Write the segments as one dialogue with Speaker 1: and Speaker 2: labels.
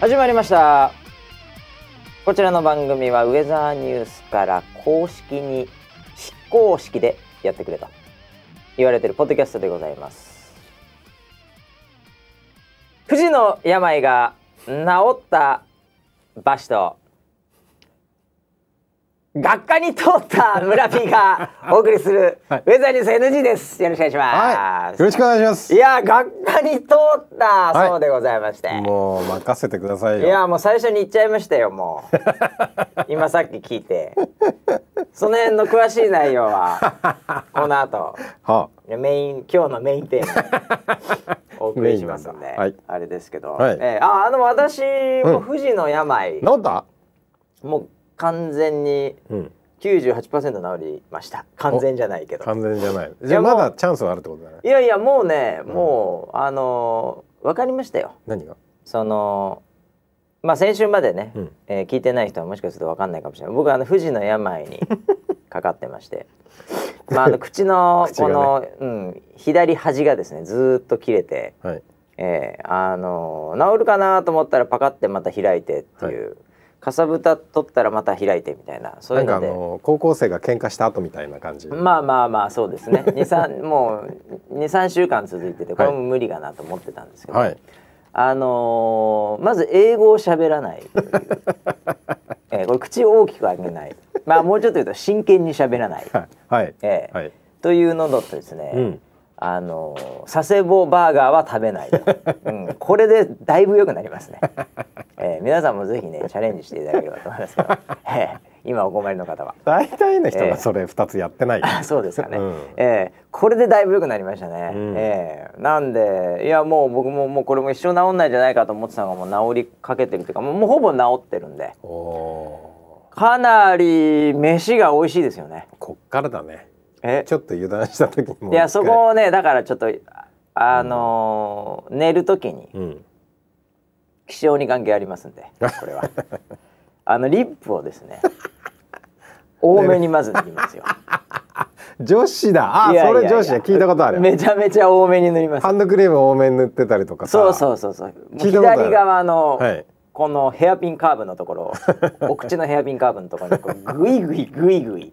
Speaker 1: 始まりましたこちらの番組はウェザーニュースから公式に非公式でやってくれと言われてるポッドキャストでございます不治の病が治った馬氏と学科に通った村 P がお送りするウ
Speaker 2: はい
Speaker 1: ェザーニュース NG ですよろしくお願いしま
Speaker 2: はい。
Speaker 1: す、
Speaker 2: よろしくお願いします
Speaker 1: い。や学科に通った
Speaker 2: はい
Speaker 1: そうでございまして、
Speaker 2: もう任せてください
Speaker 1: い
Speaker 2: よ。
Speaker 1: やもう最初に言っちゃいましたよも う今さっき聞いてその辺の詳しい内容はこの後
Speaker 2: は
Speaker 1: メイン今日のメインテー マお送りしますんで、
Speaker 2: メインなんだはい
Speaker 1: あれですけど、
Speaker 2: はい
Speaker 1: えーああの私も
Speaker 2: うん
Speaker 1: 富士の病、
Speaker 2: あ。治った？
Speaker 1: もう完全に
Speaker 2: うん。
Speaker 1: 98%治りました完全じゃないけど
Speaker 2: 完全じゃない。
Speaker 1: い
Speaker 2: じ
Speaker 1: や
Speaker 2: ゃあ
Speaker 1: もう
Speaker 2: まだチャンスはあるってことだね
Speaker 1: い。やいやもうね、もうあのー、分かりましたよ
Speaker 2: 何が？
Speaker 1: そのまあ先週までね、
Speaker 2: うん
Speaker 1: えー聞いてない人はもしかすると分かんないかもしれない僕はあの富士の病 にかかってましてまああの口の
Speaker 2: 口
Speaker 1: こ
Speaker 2: がね
Speaker 1: の、うん、左端がですねずーっと切れて、
Speaker 2: はい。
Speaker 1: えーあのー治るかなと思ったらパカってまた開いてっていう、かさぶた取ったらまた開いてみたいなそう
Speaker 2: な
Speaker 1: う
Speaker 2: い
Speaker 1: ん
Speaker 2: か
Speaker 1: の
Speaker 2: あ
Speaker 1: で。
Speaker 2: の高校生が喧嘩した後みたいな感じ。
Speaker 1: まあまあまあそうですね二三もう23週間続いててこれも無理かなと思ってたんですけど、
Speaker 2: はい。
Speaker 1: あのーまず英語を喋ら ないという、えーこれ口を大きく開けないまあもうちょっと言うと真剣に喋らない、
Speaker 2: はい。はい。
Speaker 1: えー
Speaker 2: はい。
Speaker 1: というのとですね、
Speaker 2: うん
Speaker 1: あのー佐世保バーガーは食べない、 うん、これでだいぶ良くなりますね、えー皆さんもぜひねチャレンジしていただければと思いますけ ど、えー今お困りの方は。
Speaker 2: 大体の人
Speaker 1: ええ
Speaker 2: がそれ二つやってない。
Speaker 1: あ そうですかね、
Speaker 2: うん
Speaker 1: ええこれでだいぶ良くなりましたね、
Speaker 2: うん
Speaker 1: ええなんでいやもう僕ももうこれも一生治んないんじゃないかと思ってたのがもう治りかけてるっていうかもうもうほぼ治ってるんで
Speaker 2: おお
Speaker 1: かなり飯が美味しいですよね
Speaker 2: ー。こっからだね。
Speaker 1: え
Speaker 2: ちょっと油断した時にもう一回。
Speaker 1: いやそこをねだからちょっとあのー寝る時に
Speaker 2: うん。
Speaker 1: 気象に関係ありますんでこれ はあのリップをですね多めにまず塗りますよ
Speaker 2: 女子 だ。あ、
Speaker 1: いやいやい
Speaker 2: そ
Speaker 1: や
Speaker 2: れ女子だ。聞いたことある。
Speaker 1: めちゃめちゃ多めに塗ります
Speaker 2: ハンドクリーム多めに塗ってたりとかさ。
Speaker 1: そうそうそうそう。
Speaker 2: 聞いたことある
Speaker 1: 左側の、
Speaker 2: はい
Speaker 1: このヘアピンカーブのところ、 お口のヘアピンカーブのところにこうグイグイグイグイ、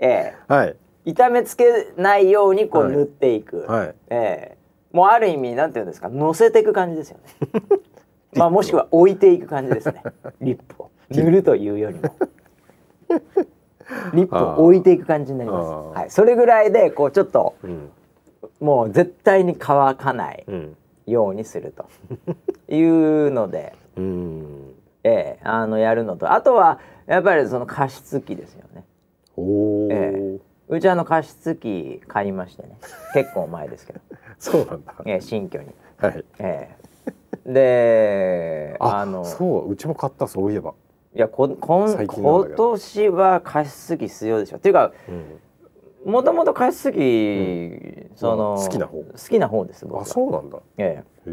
Speaker 1: え
Speaker 2: はい。
Speaker 1: え、痛めつけないようにこう
Speaker 2: はい
Speaker 1: 塗っていく。
Speaker 2: はい
Speaker 1: ええ、もうある意味なんていうんですか、乗せていく感じですよね。まあもしくは置いていく感じですね。リップを塗るというより も。リップを置いていく感じになります。
Speaker 2: あー
Speaker 1: はい、それぐらいでこうちょっと
Speaker 2: うん。
Speaker 1: もう絶対に乾かない。
Speaker 2: うん。
Speaker 1: ようにすると いうので、
Speaker 2: うん。
Speaker 1: ええあのやるのとあとはやっぱりその加湿器ですよね
Speaker 2: おお、
Speaker 1: えうちあの加湿器買いましてね結構前ですけど、
Speaker 2: そうなんだ。
Speaker 1: ええ新居に、
Speaker 2: はい。
Speaker 1: ええであ
Speaker 2: あ
Speaker 1: の
Speaker 2: そう、うちも買った、そういえば。
Speaker 1: いやここん
Speaker 2: 最近なんだ
Speaker 1: 今
Speaker 2: けど
Speaker 1: 年は加湿器必要でしょっていうか
Speaker 2: うん、
Speaker 1: もともと加湿器、その
Speaker 2: 好きな方
Speaker 1: 好きな方です僕は
Speaker 2: あ、そうなんだ。へ
Speaker 1: ええ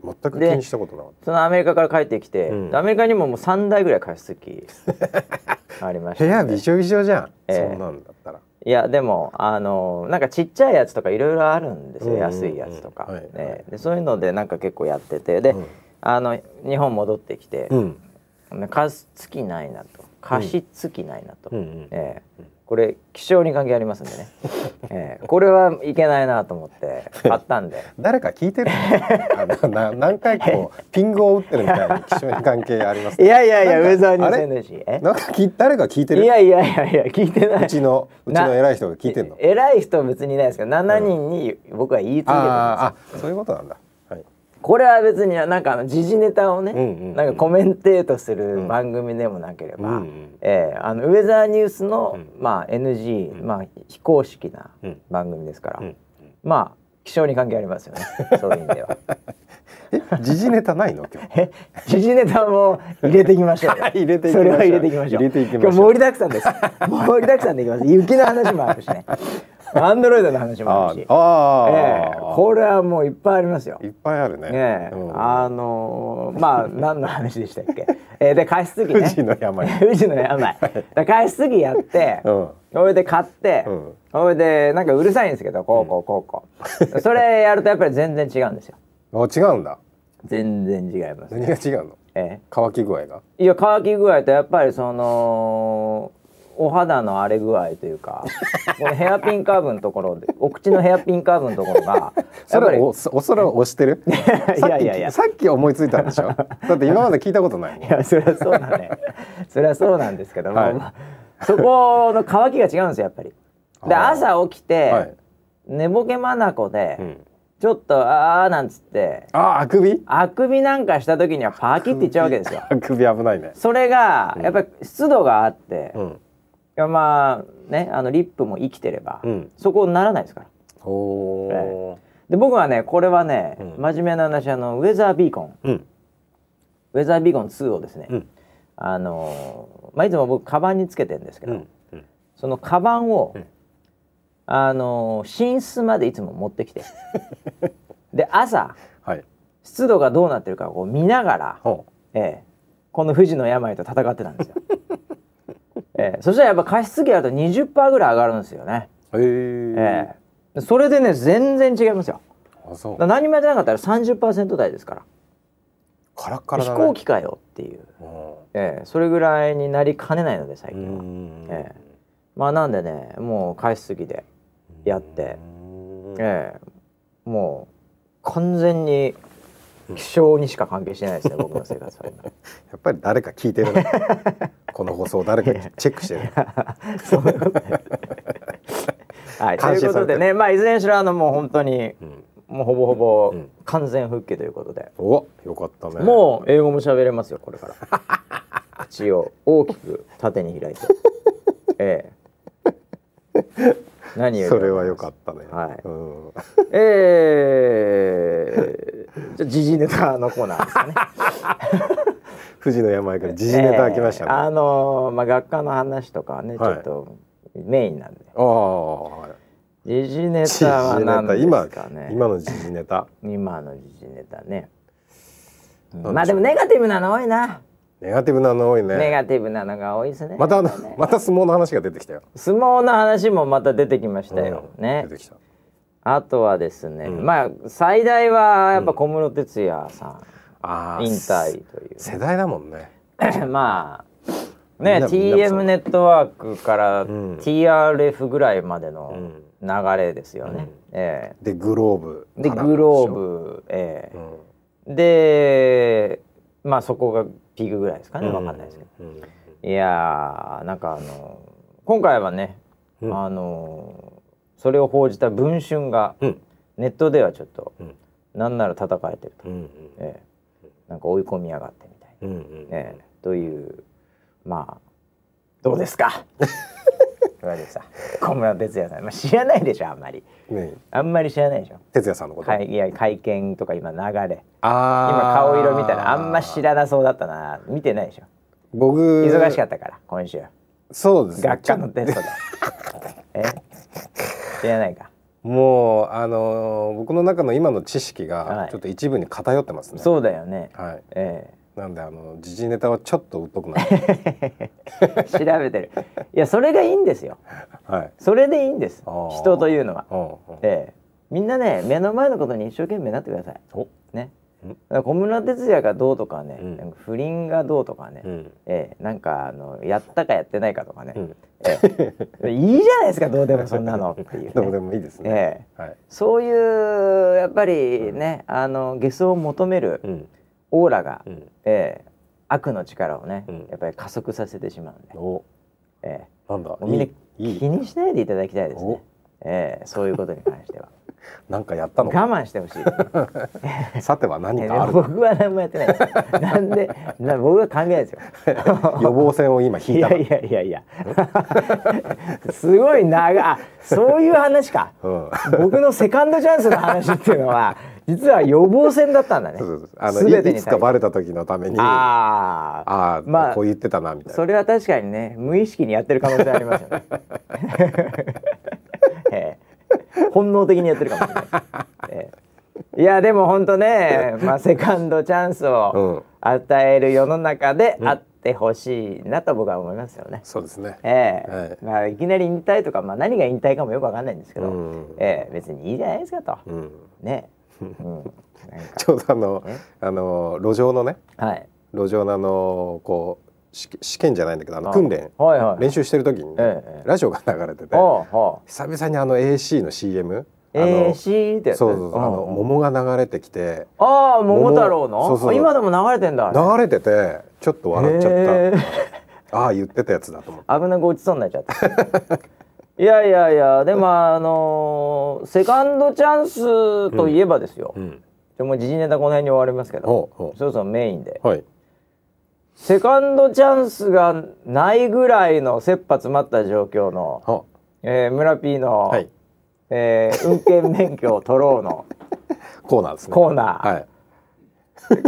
Speaker 2: え、全く気
Speaker 1: で
Speaker 2: にしたことなかっ
Speaker 1: そのアメリカから帰ってきて、
Speaker 2: うん。
Speaker 1: アメリカにももう3台ぐらい加湿器ありましたた
Speaker 2: 部
Speaker 1: ね
Speaker 2: 屋びしょびしょじゃん。
Speaker 1: ええ
Speaker 2: そんなんだったら。
Speaker 1: いやでもあのなんかちっちゃいやつとかいろいろあるんですよ、
Speaker 2: うんうんうん
Speaker 1: 安いやつとか、
Speaker 2: はいはい
Speaker 1: ねでそういうのでなんか結構やっててで、
Speaker 2: うん
Speaker 1: あの日本戻ってきて、
Speaker 2: うん。
Speaker 1: 貸すつきないなと貸しつきないなと、
Speaker 2: うんうん
Speaker 1: ええこれ気象に関係ありますんで ね、ええこれはいけないなと思って買ったんで
Speaker 2: 誰か聞いてる。 あのな何回こう、ピングを打ってるみたいな、気象に関係あります
Speaker 1: い
Speaker 2: ね。
Speaker 1: やいやいやウ
Speaker 2: なんか
Speaker 1: ェザーニュー
Speaker 2: あ
Speaker 1: ス
Speaker 2: れ
Speaker 1: NG え
Speaker 2: なんか、き、誰か聞いて
Speaker 1: い
Speaker 2: る。
Speaker 1: やいやいやいや聞いてないう
Speaker 2: ちの、 うちの偉い人が聞いてるの。
Speaker 1: 偉い人は別にいないですけど7人に僕は言い続けて
Speaker 2: あ
Speaker 1: ます
Speaker 2: あ、あ、そういうことなんだ。はい。
Speaker 1: これは別になんかあの時事ネタをね、
Speaker 2: うんうんうん
Speaker 1: なんかコメンテートする番組でもなければ、
Speaker 2: うんうん
Speaker 1: えーあのウェザーニュースの、まあ NG、まあ非公式な
Speaker 2: うん
Speaker 1: 番組ですから、
Speaker 2: んうん
Speaker 1: まあ気象に関係ありますよね。そういう意味では。
Speaker 2: え、時事ネタないの、今日。
Speaker 1: え時事ネタも入れていきましょうよ。
Speaker 2: 入れていきましょう
Speaker 1: それは入れていきましょう。
Speaker 2: 入れていきましょ
Speaker 1: 今
Speaker 2: う
Speaker 1: 日盛りだくさんです。盛りだくさんでいきます。雪の話もあるし ね。アンドロイドの話もあ
Speaker 2: あ
Speaker 1: るし。
Speaker 2: あ、ああ、
Speaker 1: えーこれはもういっぱいありますよ。
Speaker 2: いっぱいあるね。
Speaker 1: ねえ、
Speaker 2: うん
Speaker 1: あのーまあ何の話でしたっけ？えーで加湿器ね。
Speaker 2: 富士の 病
Speaker 1: 富士の病。だから加湿器やって、
Speaker 2: うん
Speaker 1: それで買って、
Speaker 2: うん
Speaker 1: それでなんかうるさいんですけど、こうこうこうこう。それやるとやっぱり全然違うんですよ。
Speaker 2: あ違うんだ。
Speaker 1: 全然違います。
Speaker 2: 何が違うの
Speaker 1: え
Speaker 2: 乾き具合が
Speaker 1: えいや乾き具合とやっぱりそのお肌の荒れ具合というかこのヘアピンカーブのところでお口のヘアピンカーブのところが
Speaker 2: そ
Speaker 1: やっぱ
Speaker 2: れ
Speaker 1: り
Speaker 2: おおそれを押してる
Speaker 1: いやいやいや
Speaker 2: さっきさっき思いついたんでしょだって今まで聞いたことないもん
Speaker 1: いやそりゃそうだ ねそりゃそうなんですけども、
Speaker 2: はい
Speaker 1: まあそこの乾きが違うんですよやっぱり。で
Speaker 2: あー
Speaker 1: 朝起きて、
Speaker 2: はい、
Speaker 1: 寝ぼけまなこで、
Speaker 2: うん、
Speaker 1: ちょっとあーなんつって
Speaker 2: あああくび
Speaker 1: あくびなんかした時にはパキっていっちゃうわけですよ。
Speaker 2: あくび危ないね
Speaker 1: それが
Speaker 2: うん
Speaker 1: やっぱり湿度があって、
Speaker 2: う
Speaker 1: い
Speaker 2: ん
Speaker 1: やまあねあのリップも生きてれば、
Speaker 2: うん
Speaker 1: そこにならないですから。
Speaker 2: おお
Speaker 1: で僕はねこれはね、
Speaker 2: うん
Speaker 1: 真面目な話あのウェザービーコン
Speaker 2: ー、うん
Speaker 1: ウェザービーコン2をですね、
Speaker 2: うん
Speaker 1: あのーまあ、いつも僕カバンにつけてるんですけ
Speaker 2: う
Speaker 1: ど、
Speaker 2: んうん
Speaker 1: そのカバンを、
Speaker 2: うん
Speaker 1: あのー寝室までいつも持ってき てで朝
Speaker 2: はい
Speaker 1: 湿度がどうなってるかをこう見ながら、
Speaker 2: ほう
Speaker 1: ええ、この富士の病と戦ってたんですよ。 ええ、そしたらやっぱ加湿器やると20%ぐらい上がるんですよね。
Speaker 2: へー
Speaker 1: ええ、それでね全然違いますよ。
Speaker 2: あそう
Speaker 1: だから何もやってなかったら30%台ですから。
Speaker 2: カラッカラ
Speaker 1: 飛
Speaker 2: だ、ね、
Speaker 1: 行機かよっていう、ええ、それぐらいになりかねないので最
Speaker 2: う
Speaker 1: 近は。
Speaker 2: ん
Speaker 1: えまあなんでねもう加湿器で、やって
Speaker 2: うん
Speaker 1: ええ、もう完全に気象にしか関係してない ですね、僕の生活は今。
Speaker 2: やっぱり誰か聞い てるねこの放送誰かチェックしてる
Speaker 1: そういうことねはい、とい
Speaker 2: 監視
Speaker 1: うこ
Speaker 2: さ
Speaker 1: と
Speaker 2: れて
Speaker 1: で
Speaker 2: る
Speaker 1: ね、まあ、いずれにしろあのもう本当に
Speaker 2: うん
Speaker 1: もうほぼほぼ
Speaker 2: うん
Speaker 1: 完全復帰ということで、
Speaker 2: およかったね
Speaker 1: もう英語も喋れますよこれから 口を大きく縦に 開いてええ何より
Speaker 2: それはよかったね
Speaker 1: はい
Speaker 2: うん
Speaker 1: ええじゃあ時事ネタのコーナーですかね
Speaker 2: 富士の病から時事ネタ来ましたね
Speaker 1: ええ
Speaker 2: あ
Speaker 1: あのまあ学科の話とかはねちょっとメインなんで、
Speaker 2: あはい
Speaker 1: 時事ネ
Speaker 2: 時事
Speaker 1: タは何で
Speaker 2: 今
Speaker 1: すかね
Speaker 2: 今の時事ネタ
Speaker 1: 今の時事ネタね
Speaker 2: なんでしょう
Speaker 1: まあでもネガティブなの多いな、
Speaker 2: ネガティブなの多い
Speaker 1: ネ
Speaker 2: ね
Speaker 1: ガティブなのが多いですね
Speaker 2: またあの
Speaker 1: ね
Speaker 2: また相撲の話が出てきたよ
Speaker 1: 相撲の話もまた出てきましたよ、
Speaker 2: うん
Speaker 1: ね
Speaker 2: 出てきた
Speaker 1: あとはですね、
Speaker 2: うん
Speaker 1: まあ最大はやっぱ小室哲哉さ
Speaker 2: あ
Speaker 1: ん、
Speaker 2: ー
Speaker 1: 引退とい
Speaker 2: 世代だもんね
Speaker 1: う まあ
Speaker 2: み
Speaker 1: ね
Speaker 2: んなみんなもそう
Speaker 1: TM ネットワークから
Speaker 2: うん
Speaker 1: TRF ぐらいまで
Speaker 2: う
Speaker 1: の
Speaker 2: ん
Speaker 1: 流れですよね、え
Speaker 2: でグローブ
Speaker 1: えで
Speaker 2: から
Speaker 1: グローブええ
Speaker 2: でしょ
Speaker 1: でまあそこがピークぐらいですか
Speaker 2: う
Speaker 1: ね
Speaker 2: ん
Speaker 1: わかんないですけど、
Speaker 2: うん
Speaker 1: いやーなんかあの今回はね、
Speaker 2: うん
Speaker 1: あのそれを報じた「文春」が
Speaker 2: うん
Speaker 1: ネットではちょっと、
Speaker 2: うん
Speaker 1: なんなら戦えてると、
Speaker 2: うん
Speaker 1: ええなんか追い込みやがってみたい
Speaker 2: うんうん
Speaker 1: な、ええというまあどうですか岩崎さん小室哲哉さん、まあ、知らないでしょあんまり
Speaker 2: ね
Speaker 1: あんまり知らないでしょ
Speaker 2: 哲也さんのこと、
Speaker 1: 会いや会見とか今流れ
Speaker 2: あー
Speaker 1: 今顔色見たらあんま知らなそうだったな見てないでしょ
Speaker 2: 僕
Speaker 1: 忙しか
Speaker 2: った
Speaker 1: ったから今週
Speaker 2: そうですね
Speaker 1: 学科のテストでえ知らないか
Speaker 2: もうあのー僕の中の今の知識
Speaker 1: は
Speaker 2: が
Speaker 1: い
Speaker 2: ちょっと一部に偏ってますね、
Speaker 1: そうだよね
Speaker 2: はい
Speaker 1: え
Speaker 2: なんであの時事ネタはちょっと疎くな る
Speaker 1: え調べてるいやそれがいいんですよ
Speaker 2: はい
Speaker 1: それでいいんです
Speaker 2: あー
Speaker 1: 人というのは
Speaker 2: うんうん
Speaker 1: ええみんなね目の前のことに一生懸命になってください
Speaker 2: お
Speaker 1: ね
Speaker 2: ん
Speaker 1: だから小室哲哉がどうとかね、
Speaker 2: うん
Speaker 1: なんか不倫がどうとかね、
Speaker 2: うん
Speaker 1: ええなんかあのやったかやってないかとかね、
Speaker 2: うん
Speaker 1: ええ いいじゃないですかどうでもそんなのっていう、ね、
Speaker 2: どうでもいいですね、
Speaker 1: ええ
Speaker 2: はい
Speaker 1: そういうやっぱりね、あのゲスを求める
Speaker 2: うん
Speaker 1: オーラが、
Speaker 2: うん
Speaker 1: ええ悪の力をね、
Speaker 2: うん
Speaker 1: やっぱり加速させてしまうんで、
Speaker 2: お
Speaker 1: え
Speaker 2: なんだ
Speaker 1: え、みんない
Speaker 2: いいい
Speaker 1: 気にしないでいただきたいですね
Speaker 2: お。
Speaker 1: ええ、そういうことに関しては
Speaker 2: なんかやったの
Speaker 1: 我
Speaker 2: か
Speaker 1: 慢してほ しい。
Speaker 2: さては何
Speaker 1: ええ
Speaker 2: かある
Speaker 1: 僕は何もやってないです。なんで、な僕は関係ないですよ。
Speaker 2: 予防線を今引
Speaker 1: い
Speaker 2: いた
Speaker 1: や
Speaker 2: ない
Speaker 1: やいやいや。すごい長いあ、そういう話か。
Speaker 2: うん
Speaker 1: 僕のセカンドチャンスの話っていうのは実は予防線だったんだね。
Speaker 2: そうそうそうあの
Speaker 1: 全
Speaker 2: い
Speaker 1: て
Speaker 2: い
Speaker 1: に
Speaker 2: つか
Speaker 1: 対して
Speaker 2: バレた時のためにあ
Speaker 1: ああ
Speaker 2: あー、
Speaker 1: まあ
Speaker 2: こう言ってたなみたいな
Speaker 1: それは確かにね無意識にやってる可能性ありますよね。 ええ本能的にやってるかもしれない。ええいやでも本当ね、まあ、セカンドチャンス
Speaker 2: うん
Speaker 1: を与える世の中であってほしいなと僕は思いますよね。
Speaker 2: そうですね
Speaker 1: ええ
Speaker 2: はい
Speaker 1: まあ、いきなり引退とか、まあ、何が引退かもよくわかんないんですけど、
Speaker 2: うん
Speaker 1: ええ別にいいじゃないですかと、
Speaker 2: うん
Speaker 1: ねうんなんか
Speaker 2: ちょうどあの
Speaker 1: え
Speaker 2: あの路上のね
Speaker 1: はい
Speaker 2: 路上のあのこう試験試験じゃないんだけどあの訓練
Speaker 1: はいはい
Speaker 2: 練習してる時にね、
Speaker 1: ええええ
Speaker 2: ラジオが流れてて
Speaker 1: はあはあ
Speaker 2: 久々にあの AC の CM あの、
Speaker 1: えー、シーってやつ
Speaker 2: そうそうそうあの
Speaker 1: ん
Speaker 2: 桃が流れてきて
Speaker 1: ああ桃太郎の
Speaker 2: そうそう
Speaker 1: 今でも流れてんだあれ
Speaker 2: 流れててちょっと笑っちゃっ
Speaker 1: へ
Speaker 2: たああ言ってたやつだと思って
Speaker 1: ー危なく落ちそうになっちゃったいやいやいやでもあのーセカンドチャンスといえばですよ、
Speaker 2: うん
Speaker 1: でもう時事ネタこの辺に終わりますけど
Speaker 2: ほうほ
Speaker 1: そろそろメインで
Speaker 2: うはい
Speaker 1: セカンドチャンスがないぐらいの切羽詰まった状況の、
Speaker 2: は
Speaker 1: えー、村 P の、
Speaker 2: はい
Speaker 1: えー運転免許を取ろうの
Speaker 2: コーナーですね
Speaker 1: コーナー、
Speaker 2: はい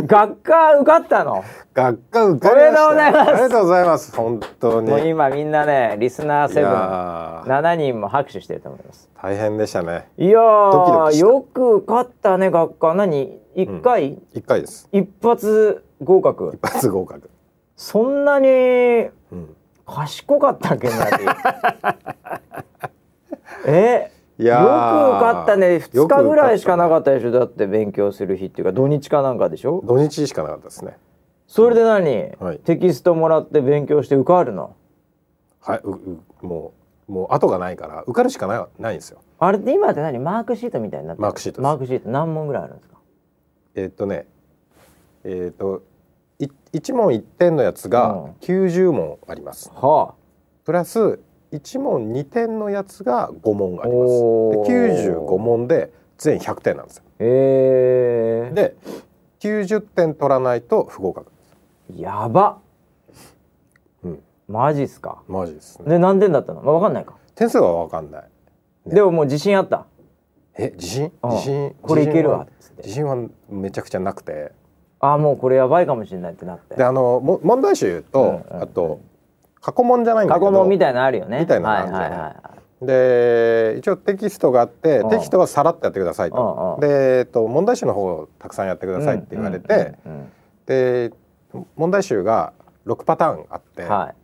Speaker 1: 学科受かったの
Speaker 2: 学科受かりましたよ
Speaker 1: お
Speaker 2: ありがとうございます本当に
Speaker 1: もう今みんなねリスナー
Speaker 2: い
Speaker 1: セブン
Speaker 2: やー
Speaker 1: 7人も拍手してると思います
Speaker 2: 大変でしたね
Speaker 1: いやー
Speaker 2: ドキドキした
Speaker 1: よく受かったね学科何1回、
Speaker 2: 一回です
Speaker 1: 一発合格
Speaker 2: 一発合格
Speaker 1: そんなに
Speaker 2: うん
Speaker 1: 賢かったっけ村 P え
Speaker 2: いや
Speaker 1: よ
Speaker 2: ー
Speaker 1: く受かったね2
Speaker 2: よく
Speaker 1: 日
Speaker 2: 受た
Speaker 1: ぐらいしかなかったでしょだって勉強する日っていうか土日かなんかでしょ
Speaker 2: 土日しかなかったですね
Speaker 1: それで何、
Speaker 2: はい
Speaker 1: テキストもらって勉強して受かるの
Speaker 2: はいううもうもう後がないから受かるしかないないんですよ
Speaker 1: あれって今って何マークシートみたいになってる
Speaker 2: マークシートです
Speaker 1: マークシート何問ぐらいあるんですか
Speaker 2: えーっとねえーっとい一問一点のやつ
Speaker 1: う
Speaker 2: が
Speaker 1: ん
Speaker 2: 90問あります、
Speaker 1: は
Speaker 2: プラス一問二点のやつが5問あり
Speaker 1: おー
Speaker 2: ますで95問で全100点なんですよ
Speaker 1: あえー、
Speaker 2: で90点取らないと不合格
Speaker 1: やば
Speaker 2: うん
Speaker 1: マジっすか
Speaker 2: マジですね
Speaker 1: で何点だったの、まあ、分かんないか、
Speaker 2: 点数は分かんないね
Speaker 1: でももう自信あった
Speaker 2: え自信
Speaker 1: うん
Speaker 2: 自信
Speaker 1: これいけるわっつって
Speaker 2: 自信は自信はめちゃくちゃなくて
Speaker 1: ああもうこれやばいかもしれないってなって
Speaker 2: であのも問題集と、
Speaker 1: うんうん
Speaker 2: あと過去問じゃないんだ
Speaker 1: 過
Speaker 2: けど
Speaker 1: 去問みたいなのあるよね
Speaker 2: みたいなのあるじゃない
Speaker 1: はいはいはいはい
Speaker 2: で一応テキストがあって、
Speaker 1: うん
Speaker 2: テキストはさらっとやってくださいと、
Speaker 1: うんうん
Speaker 2: で、えっと、問題集の方をたくさんやってくださいって言われて、
Speaker 1: うんうんうん
Speaker 2: で問題集が6パターンあって、
Speaker 1: うんはい、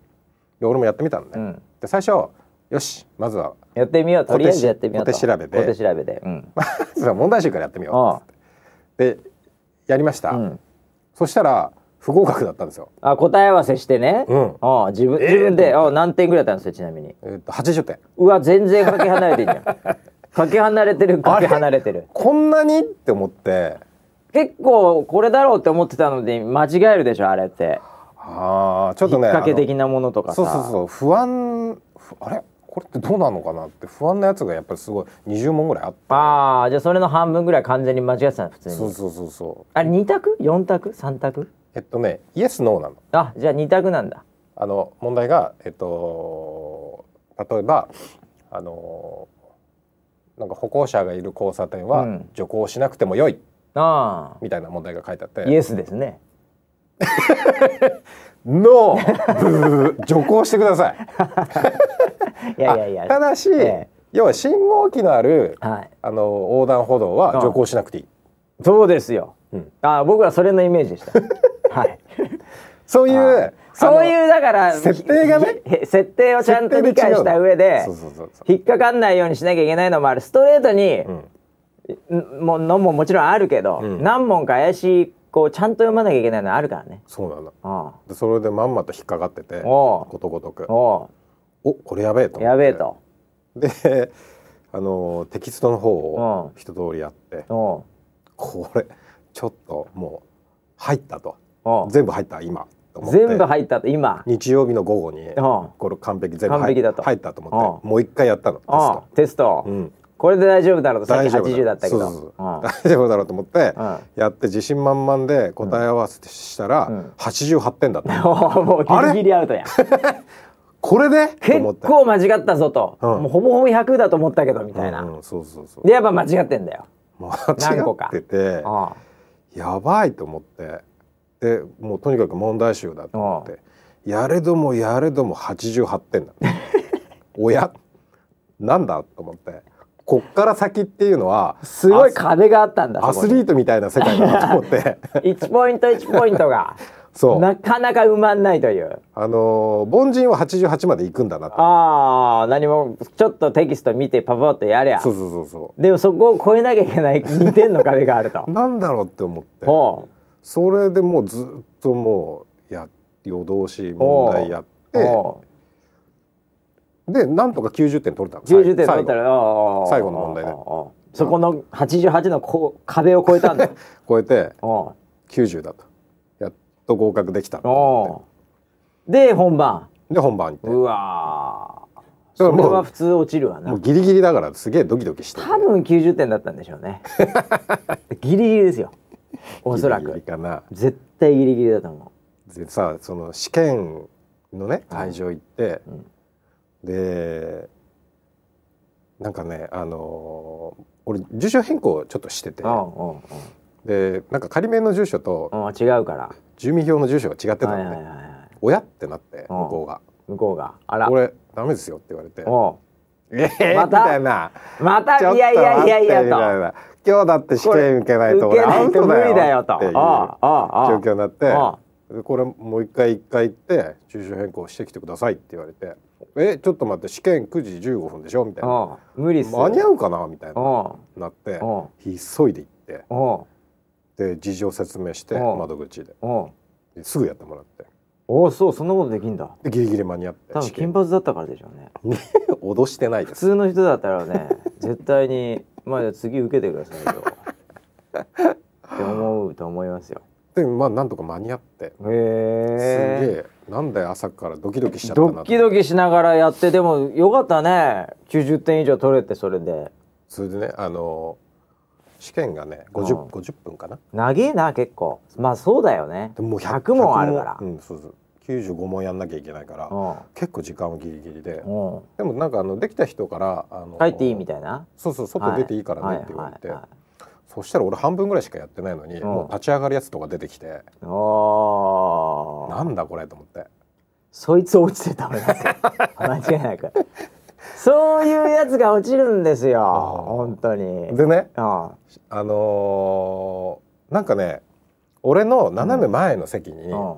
Speaker 2: で俺もやってみたん
Speaker 1: う
Speaker 2: で,、
Speaker 1: ん、
Speaker 2: で最初よしまずは
Speaker 1: やってみようとりあえずやってみようと
Speaker 2: 小手調べで
Speaker 1: 小手調べでうん
Speaker 2: まずは問題集からやってみよ
Speaker 1: あ
Speaker 2: うでやりました、
Speaker 1: あ、うん、
Speaker 2: そしたら不合格だったんですよ、
Speaker 1: あ答え合わせしてね、
Speaker 2: うん
Speaker 1: ああ自分自分で、ああ何点ぐらいだったんですよちなみに
Speaker 2: えっと80点
Speaker 1: うわ全然かけ離れてんじ ゃんかけ離れてるかけ離れてる
Speaker 2: こんなにって思って
Speaker 1: 結構これだろうって思ってたので間違えるでしょあれって
Speaker 2: ああちょっ
Speaker 1: 引
Speaker 2: と
Speaker 1: っ
Speaker 2: ね
Speaker 1: 掛け的なものと
Speaker 2: あの
Speaker 1: かさ
Speaker 2: そうそうそう不安ふあれこれってどうなのかなって不安なやつがやっぱりすごい20問ぐらいあって
Speaker 1: ああじゃあそれの半分ぐらい完全に間違ってたの普通に
Speaker 2: そうそうそうそう
Speaker 1: あれ2択 ?4 択 ?3 択
Speaker 2: えっとねイエスノーなの
Speaker 1: あじゃあ2択なんだ
Speaker 2: あの問題がえっと例えばあのなんか歩行者がいる交差点
Speaker 1: う
Speaker 2: は
Speaker 1: ん
Speaker 2: 徐行しなくてもよい
Speaker 1: あ
Speaker 2: みたいな問題が書いてあって、
Speaker 1: あイエスですね
Speaker 2: ノーブー 徐行してください
Speaker 1: いやいやいや
Speaker 2: あただし、
Speaker 1: ええ
Speaker 2: 要は信号機のある
Speaker 1: はい
Speaker 2: あの横断歩道は徐行しなくていい、
Speaker 1: そうですよ、
Speaker 2: うん
Speaker 1: ああ僕はそれのイメージでした はい
Speaker 2: そういう
Speaker 1: そういううだから
Speaker 2: 設定がね
Speaker 1: ひ設定をちゃんと理解した上で
Speaker 2: そうそうそうそう
Speaker 1: 引っかかんないようにしなきゃいけないのもあるストレートに、
Speaker 2: ん
Speaker 1: んものももちろんあるけど、
Speaker 2: うん
Speaker 1: 何問か怪しいこうちゃんと読まなきゃいけないのあるからね
Speaker 2: そうなの
Speaker 1: あ
Speaker 2: でそれでまんまと引っかかってて
Speaker 1: おう
Speaker 2: ことごとく
Speaker 1: あお
Speaker 2: おこれやべえと思
Speaker 1: うや
Speaker 2: って
Speaker 1: べえと
Speaker 2: であのテキストの方を
Speaker 1: うん
Speaker 2: 一通りやって
Speaker 1: おう
Speaker 2: これちょっともう入ったと
Speaker 1: おう
Speaker 2: 全部入った今と思って
Speaker 1: 全部入ったと今
Speaker 2: 日曜日の午後に
Speaker 1: お
Speaker 2: これ完璧全部入
Speaker 1: 完璧だと
Speaker 2: 入ったと思っ
Speaker 1: う
Speaker 2: てもう一回やったのテス
Speaker 1: うおう
Speaker 2: ト
Speaker 1: テスト、
Speaker 2: うん
Speaker 1: これで大丈夫だろうとさっき
Speaker 2: 大丈夫
Speaker 1: 80だったけど
Speaker 2: そうそうそう
Speaker 1: うん
Speaker 2: 大丈夫だろうと思って
Speaker 1: うん
Speaker 2: やって自信満々で答え合わせした
Speaker 1: う
Speaker 2: ら
Speaker 1: ん
Speaker 2: 88点だった
Speaker 1: おう もうギリギリアウトや
Speaker 2: これでと
Speaker 1: 結
Speaker 2: 思って
Speaker 1: 構間違ったぞと、
Speaker 2: うん
Speaker 1: もうほぼほぼ100だと思ったけどみたいな、
Speaker 2: うんうんそうそうそう
Speaker 1: でやっぱ間違ってんだよ、
Speaker 2: もう間
Speaker 1: 何
Speaker 2: 違
Speaker 1: 個か
Speaker 2: ってて
Speaker 1: あ
Speaker 2: やばいと思ってでもうとにかく問題集だと思ってやれどもやれども88点だ おやなんだと思ってこっから先っていうのは
Speaker 1: あすごい壁があったんだ
Speaker 2: ア
Speaker 1: そこ
Speaker 2: ス
Speaker 1: に
Speaker 2: リートみたいな世界だなと思って
Speaker 1: 1ポイント1ポイントが
Speaker 2: そう
Speaker 1: なかなか埋まんないという
Speaker 2: あのー凡人は88まで行くんだなと
Speaker 1: ああ何もちょっとテキスト見てパパッとやりゃ
Speaker 2: そうそうそうそ
Speaker 1: でもそこを超えなきゃいけない2点の壁があると
Speaker 2: うなんだろうって思って
Speaker 1: ほ
Speaker 2: それでもうずっともうや夜通し問題やっ
Speaker 1: う
Speaker 2: て
Speaker 1: ほ
Speaker 2: でなんとか90点取れたの
Speaker 1: う90点取った
Speaker 2: 最後
Speaker 1: らおうおうおうおう
Speaker 2: 最後の問題ね
Speaker 1: おうおうそこの88のこ壁を超えた んだ
Speaker 2: 超えて
Speaker 1: おう
Speaker 2: 90だとやっと合格できた
Speaker 1: おうで本番
Speaker 2: で本番行って
Speaker 1: うわー
Speaker 2: それ
Speaker 1: そ
Speaker 2: は
Speaker 1: れ
Speaker 2: もう
Speaker 1: は普通落ちるわ
Speaker 2: も
Speaker 1: な
Speaker 2: うギリギリだからすげえドキドキして
Speaker 1: 多分90点だったんでしょう ねギリギリですよおそらく
Speaker 2: ギリギリかな
Speaker 1: 絶対ギリギリだと思
Speaker 2: でさその試験のね会場行って、
Speaker 1: うん
Speaker 2: でなんかねあのー俺住所変更ちょっとしてて
Speaker 1: ううんうんうん
Speaker 2: でなんか仮名の住所と
Speaker 1: うん、違うから。
Speaker 2: 住民票の住所が違ってたの
Speaker 1: はい
Speaker 2: ね、
Speaker 1: はいはいはい。
Speaker 2: 親ってなって
Speaker 1: うん
Speaker 2: 向こうが
Speaker 1: 向こうが。あ
Speaker 2: 「
Speaker 1: ら。
Speaker 2: 俺ダメですよ」って言われて「
Speaker 1: お
Speaker 2: ええ
Speaker 1: ま
Speaker 2: み
Speaker 1: た
Speaker 2: たいな
Speaker 1: うま
Speaker 2: 「ちょ
Speaker 1: た
Speaker 2: っ
Speaker 1: い
Speaker 2: と待って」みた
Speaker 1: や
Speaker 2: い
Speaker 1: いやいやいやと。
Speaker 2: な今日だって試験受けないと
Speaker 1: 受
Speaker 2: 俺
Speaker 1: け
Speaker 2: ア
Speaker 1: な
Speaker 2: ウ
Speaker 1: いと
Speaker 2: ト
Speaker 1: 無理だ
Speaker 2: だよ
Speaker 1: よ
Speaker 2: って
Speaker 1: と。
Speaker 2: いう
Speaker 1: ああああ
Speaker 2: 状
Speaker 1: あ
Speaker 2: 況になって
Speaker 1: あ
Speaker 2: でこれもう一回一回行って住所変更してきてくださいって言われて「えちょっと待って試験9時15分でしょ」みたいな
Speaker 1: ああ無理っ
Speaker 2: 「
Speaker 1: す。
Speaker 2: 間に合
Speaker 1: う。
Speaker 2: うかな」みたいな
Speaker 1: お
Speaker 2: なって
Speaker 1: お
Speaker 2: 急いで行って
Speaker 1: うお
Speaker 2: で事情説明して
Speaker 1: うん
Speaker 2: 窓口で
Speaker 1: うおう
Speaker 2: ですぐやってもらって
Speaker 1: おうそうそんなことできんだ。
Speaker 2: でギリギリ間に合って
Speaker 1: 多分
Speaker 2: 試
Speaker 1: 金
Speaker 2: 験
Speaker 1: 髪だったからでしょうね。
Speaker 2: 脅してないで
Speaker 1: 普
Speaker 2: す
Speaker 1: 通の人だったら ね、絶対にまあじゃあ次受けてくださいよ。って思うと思いますよ。
Speaker 2: でまあなんとか間に合って
Speaker 1: へえ。
Speaker 2: すげえなんで朝からドキドキしちゃったな
Speaker 1: ドッキドキしながらやってでもよかったね90点以上取れてそれで
Speaker 2: それでねあの試験がね 50, 50分かな
Speaker 1: 長えな結構まあそうだよね
Speaker 2: でもう
Speaker 1: 100問あるから
Speaker 2: 100問うん、そうそう95問やんなきゃいけないから
Speaker 1: う
Speaker 2: 結構時間はギリギリで
Speaker 1: ん、うん、
Speaker 2: でもなんかあのできた人からあの
Speaker 1: 帰っていいみたいな
Speaker 2: そうそう外出ていいからねって言われて、
Speaker 1: はいはいはい
Speaker 2: そしたら俺半分ぐらいしかやってないのに、
Speaker 1: うん
Speaker 2: もう立ち上がるやつとか出てきて
Speaker 1: おー
Speaker 2: なんだこれと思って
Speaker 1: そいつ落ちてた 俺だ間違いなくそういうやつが落ちるんですよ
Speaker 2: あー
Speaker 1: 本当にうん
Speaker 2: でねあのーなんかね俺の斜め前の席に、
Speaker 1: うん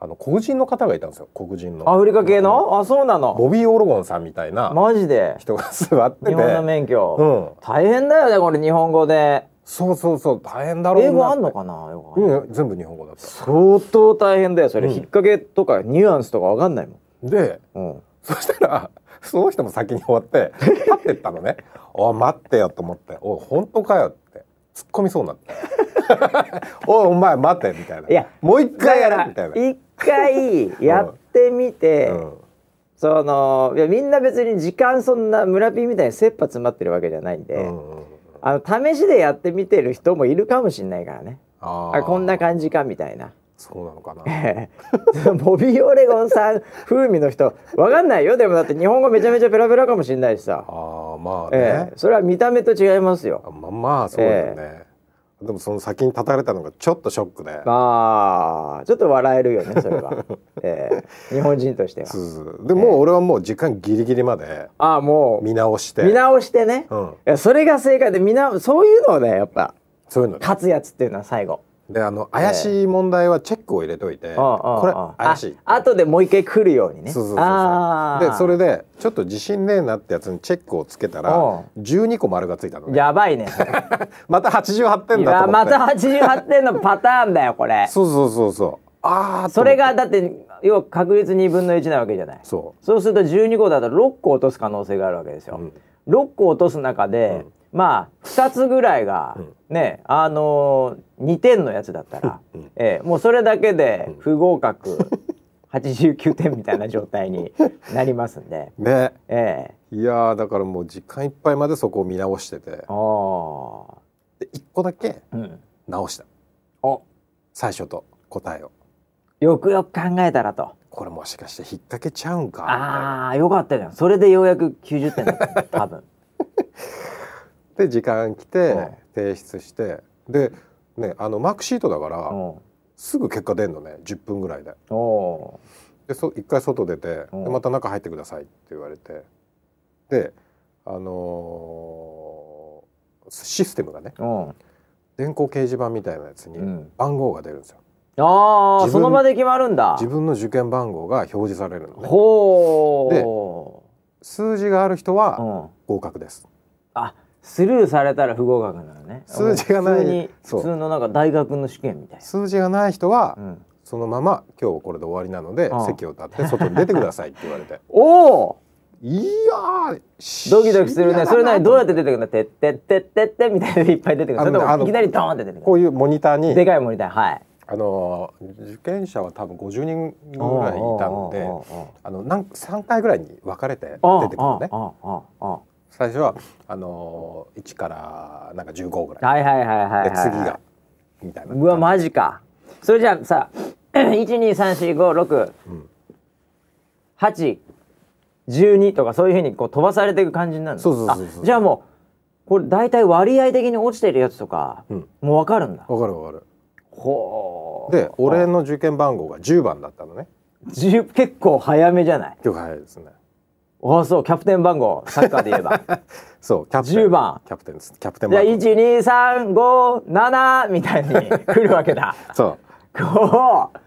Speaker 2: あの黒人の方がいたんですよ黒人の
Speaker 1: アフリカ系のあそうなの
Speaker 2: ボビー・オロゴンさんみたいな
Speaker 1: マジで
Speaker 2: 人が座ってて
Speaker 1: 日本の免許、
Speaker 2: うん、
Speaker 1: 大変だよねこれ日本語で
Speaker 2: そうそうそう大変だろうな
Speaker 1: 英語あんのかなよくわかんない
Speaker 2: うん全部日本語だった
Speaker 1: 相当大変だよそれ、
Speaker 2: うん
Speaker 1: 引っ掛けとかニュアンスとかわかんないも
Speaker 2: で
Speaker 1: ん、うん、
Speaker 2: そしたらその人も先に終わって立ってったのね「おい待ってよ」と思って「おい本当かよ」って突っ込みそうになって 「おいお前待って」みたいな「
Speaker 1: いや
Speaker 2: もう一
Speaker 1: だ
Speaker 2: 回
Speaker 1: か
Speaker 2: やれ」
Speaker 1: ら
Speaker 2: みたいな。
Speaker 1: 一回やってみて、
Speaker 2: うん
Speaker 1: そのいやみんな別に時間そんな村ピーみたいに切羽詰まってるわけじゃないんで、
Speaker 2: うんうん
Speaker 1: あの試しでやってみてる人もいるかもしれないからね
Speaker 2: あー
Speaker 1: あこんな感じかみたいな
Speaker 2: そうなの かな
Speaker 1: ボビー・オレゴンさん風味の人わかんないよでもだって日本語めちゃめちゃペラペラかもしれないしさ、
Speaker 2: ああまあね、
Speaker 1: ええそれは見た目と違いますよ
Speaker 2: あまあまあそうだよね、でもその先に立たれたのがちょっとショックで
Speaker 1: まあちょっと笑えるよねそれは、ええ日本人としては
Speaker 2: そうそうそうでもう俺はもう時間ギリギリまで
Speaker 1: ああもう
Speaker 2: 見直して
Speaker 1: 見直してね、
Speaker 2: う
Speaker 1: い
Speaker 2: ん、
Speaker 1: やそれが正解で見直そういうのをねやっぱ
Speaker 2: そういうのね
Speaker 1: 勝つやつっていうのは最後、
Speaker 2: であの怪しい問題はチェックを入れといて、
Speaker 1: うんうんうん
Speaker 2: これ怪しい
Speaker 1: あ後でもう一回来るようにね
Speaker 2: そうそうそう
Speaker 1: あ
Speaker 2: そう
Speaker 1: ー
Speaker 2: でそれでちょっと自信ねえなってやつにチェックをつけた
Speaker 1: う
Speaker 2: ら
Speaker 1: ん
Speaker 2: 12個丸がついたのね
Speaker 1: やばいねそれ
Speaker 2: また88
Speaker 1: い
Speaker 2: 点だと
Speaker 1: や
Speaker 2: 思っ
Speaker 1: ま
Speaker 2: て
Speaker 1: た88点のパターンだよこれ
Speaker 2: そうそうそうそうああ
Speaker 1: それがだって要は確率2分の1なわけじゃない
Speaker 2: そ
Speaker 1: そうすると12個だと6個落とす可能性があるわけですよ。
Speaker 2: うん、
Speaker 1: 6個落とす中で、まあ2つぐらいが、ねあのー、2点のやつだったら、ええもうそれだけで不合格、89点みたいな状態になりますんで
Speaker 2: うね
Speaker 1: ええ
Speaker 2: いやーだからもう時間いっぱいまでそこを見直してて
Speaker 1: お
Speaker 2: で1個だけ
Speaker 1: ーうん、
Speaker 2: 直した
Speaker 1: お
Speaker 2: 最初と答えを
Speaker 1: よくよく考えたらと。
Speaker 2: これもしかして引っ掛けちゃうんかみたいな
Speaker 1: ああよかったじゃんそれでようやく90点だったんだ多 分
Speaker 2: で時間来
Speaker 1: うん
Speaker 2: て提出してでねあのマークシートだから
Speaker 1: お
Speaker 2: すぐ結果出んのね10分ぐらいで。
Speaker 1: おお
Speaker 2: でそ一回外出て、
Speaker 1: うん
Speaker 2: でまた中入ってくださいって言われてであのーシステムがね
Speaker 1: ーうん
Speaker 2: 電光掲示板みたいなやつに
Speaker 1: うん
Speaker 2: 番号が出るんですよ、
Speaker 1: ああ
Speaker 2: 自分
Speaker 1: その場で決まるんだ
Speaker 2: 自分の受験番号が表示されるのね
Speaker 1: ほ
Speaker 2: 数字がある人
Speaker 1: う、う
Speaker 2: は
Speaker 1: ん、
Speaker 2: 合格です、
Speaker 1: あスルーされたら不合格なのね
Speaker 2: 数字がな
Speaker 1: もう普
Speaker 2: い
Speaker 1: 通に
Speaker 2: そう
Speaker 1: 普通のなんか大学の試験みたい
Speaker 2: 数字がない人は、
Speaker 1: な、うん、
Speaker 2: そのまま今日これで終わりなので、
Speaker 1: うん
Speaker 2: 席を立って外に出てくださいって言われて
Speaker 1: おお
Speaker 2: いやーし
Speaker 1: ドキドキする
Speaker 2: 嫌だ
Speaker 1: ね
Speaker 2: な
Speaker 1: それ何どうやって出てくるんだてってってってってみたいなのいっぱい出てくる
Speaker 2: あ
Speaker 1: それ
Speaker 2: のね
Speaker 1: と
Speaker 2: あ
Speaker 1: も
Speaker 2: の
Speaker 1: いきなりドーンって出てく
Speaker 2: こ
Speaker 1: る
Speaker 2: ういうモニターに
Speaker 1: でかいモニターはい
Speaker 2: あのー受験者は多分50人ぐ
Speaker 1: お
Speaker 2: らいいたのであのなん3回ぐらいに分かれて出てくるのね
Speaker 1: は
Speaker 2: 最初はあのー、1からなんか15ぐ
Speaker 1: い
Speaker 2: ら
Speaker 1: はいはいはいはいい
Speaker 2: で
Speaker 1: はい
Speaker 2: 次がみたいな
Speaker 1: うわマジかそれじゃあさ1234568
Speaker 2: うん
Speaker 1: 12とかそういうふうにこう飛ばされていく感じになるの
Speaker 2: そうそうそうそう
Speaker 1: あじゃあもうこれ大体割合的に落ちてるやつとか、
Speaker 2: うん
Speaker 1: もうわかるんだ
Speaker 2: わかるわかる
Speaker 1: ほう
Speaker 2: で俺の受験番号が10番だったのね
Speaker 1: じゅ結構早めじゃない
Speaker 2: 今日早いですね
Speaker 1: ああそうキャプテン番号サッカーで言え ば
Speaker 2: そうキャプテン
Speaker 1: 10番
Speaker 2: キャプテンですキャプテン
Speaker 1: じゃあ
Speaker 2: 番号
Speaker 1: 12357みたいに来るわけだ
Speaker 2: そう
Speaker 1: こう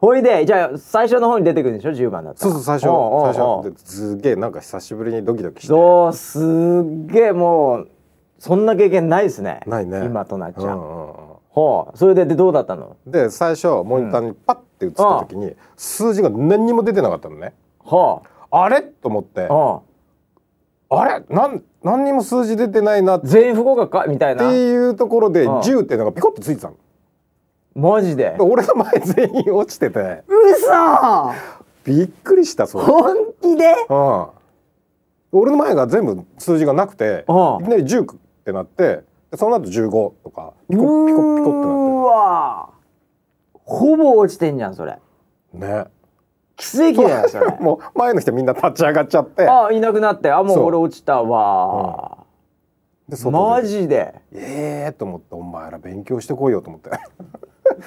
Speaker 1: ほいでじゃあ最初の方に出てくるんでしょ10番だった
Speaker 2: そう
Speaker 1: ら
Speaker 2: そう最初
Speaker 1: おうおう
Speaker 2: 最
Speaker 1: おう
Speaker 2: 初ですげえなんか久しぶりにドキドキして
Speaker 1: そうすっげえもうそんな経験ないですね
Speaker 2: ないね
Speaker 1: 今となっちゃう、
Speaker 2: うんうんうん
Speaker 1: ほうそれででどうだったの
Speaker 2: で最初モニターにパッて映った時に、数字が何にも出てなかったのね
Speaker 1: ほ
Speaker 2: あれと思って
Speaker 1: うほ
Speaker 2: あれなん何にも数字出てないなっ
Speaker 1: う
Speaker 2: て
Speaker 1: 全員不合格かみたいな
Speaker 2: いうところで
Speaker 1: うん
Speaker 2: 10っていうのがピコッとついてたの
Speaker 1: マジで
Speaker 2: で俺の前全員落ちてて
Speaker 1: 嘘
Speaker 2: びっくりしたそう、うん、
Speaker 1: 本気で
Speaker 2: 俺の前が全部数字がなくて
Speaker 1: うん
Speaker 2: いきなり10ってなってでその後15とかピコッピコッピコ
Speaker 1: う
Speaker 2: ッ
Speaker 1: ーわほぼ落ちてんじゃんそれ
Speaker 2: ってなってね
Speaker 1: 奇跡だよそれ
Speaker 2: もう前の人みんな立ち上がっちゃっ て
Speaker 1: あいなくなってあもう
Speaker 2: そう
Speaker 1: 俺落ちたわ、
Speaker 2: で外
Speaker 1: マ
Speaker 2: で
Speaker 1: ジで
Speaker 2: ええー、と思ってお前ら勉強してこいよと思って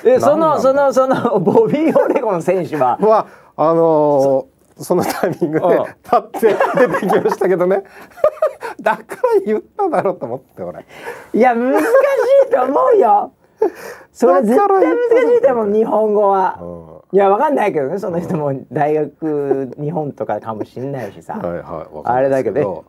Speaker 1: えその
Speaker 2: なんな
Speaker 1: そ
Speaker 2: んだ
Speaker 1: のそのボビー・オレゴン選手は
Speaker 2: はあのー、そのタイミングで
Speaker 1: うん
Speaker 2: 立って出てきましたけどね だから言っただろうと思って俺
Speaker 1: いや難しいと思う よそれ絶対難しいと思う日本語は、いやわかんないけどねその人も大学日本とかかもしんないしさ、
Speaker 2: はいはいわ
Speaker 1: あ
Speaker 2: か
Speaker 1: れ
Speaker 2: るんで
Speaker 1: だ
Speaker 2: す
Speaker 1: けどね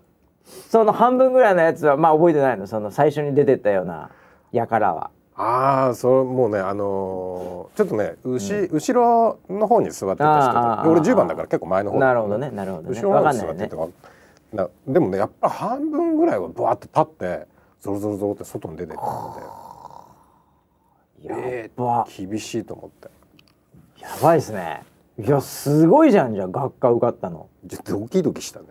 Speaker 1: その半分ぐらいのやつはまあ覚えてないのその最初に出てったようなやからは
Speaker 2: ああそれもうねあのー、ちょっとね後,、後ろの方に座ってた人
Speaker 1: あー
Speaker 2: がで俺10番だから結構前の方
Speaker 1: なるほどねなるほどね
Speaker 2: 後ろの
Speaker 1: わ
Speaker 2: 方
Speaker 1: かん
Speaker 2: に
Speaker 1: ない
Speaker 2: 座
Speaker 1: よ
Speaker 2: って
Speaker 1: ね
Speaker 2: たからなでもねやっぱ半分ぐらいはぶわって立ってゾロゾロゾロって外に出てったので。
Speaker 1: や
Speaker 2: え
Speaker 1: っば
Speaker 2: 厳しいと思って
Speaker 1: やばいですねいやすごいじゃんじゃあ学科受かったの
Speaker 2: ちょっとドキドキしたね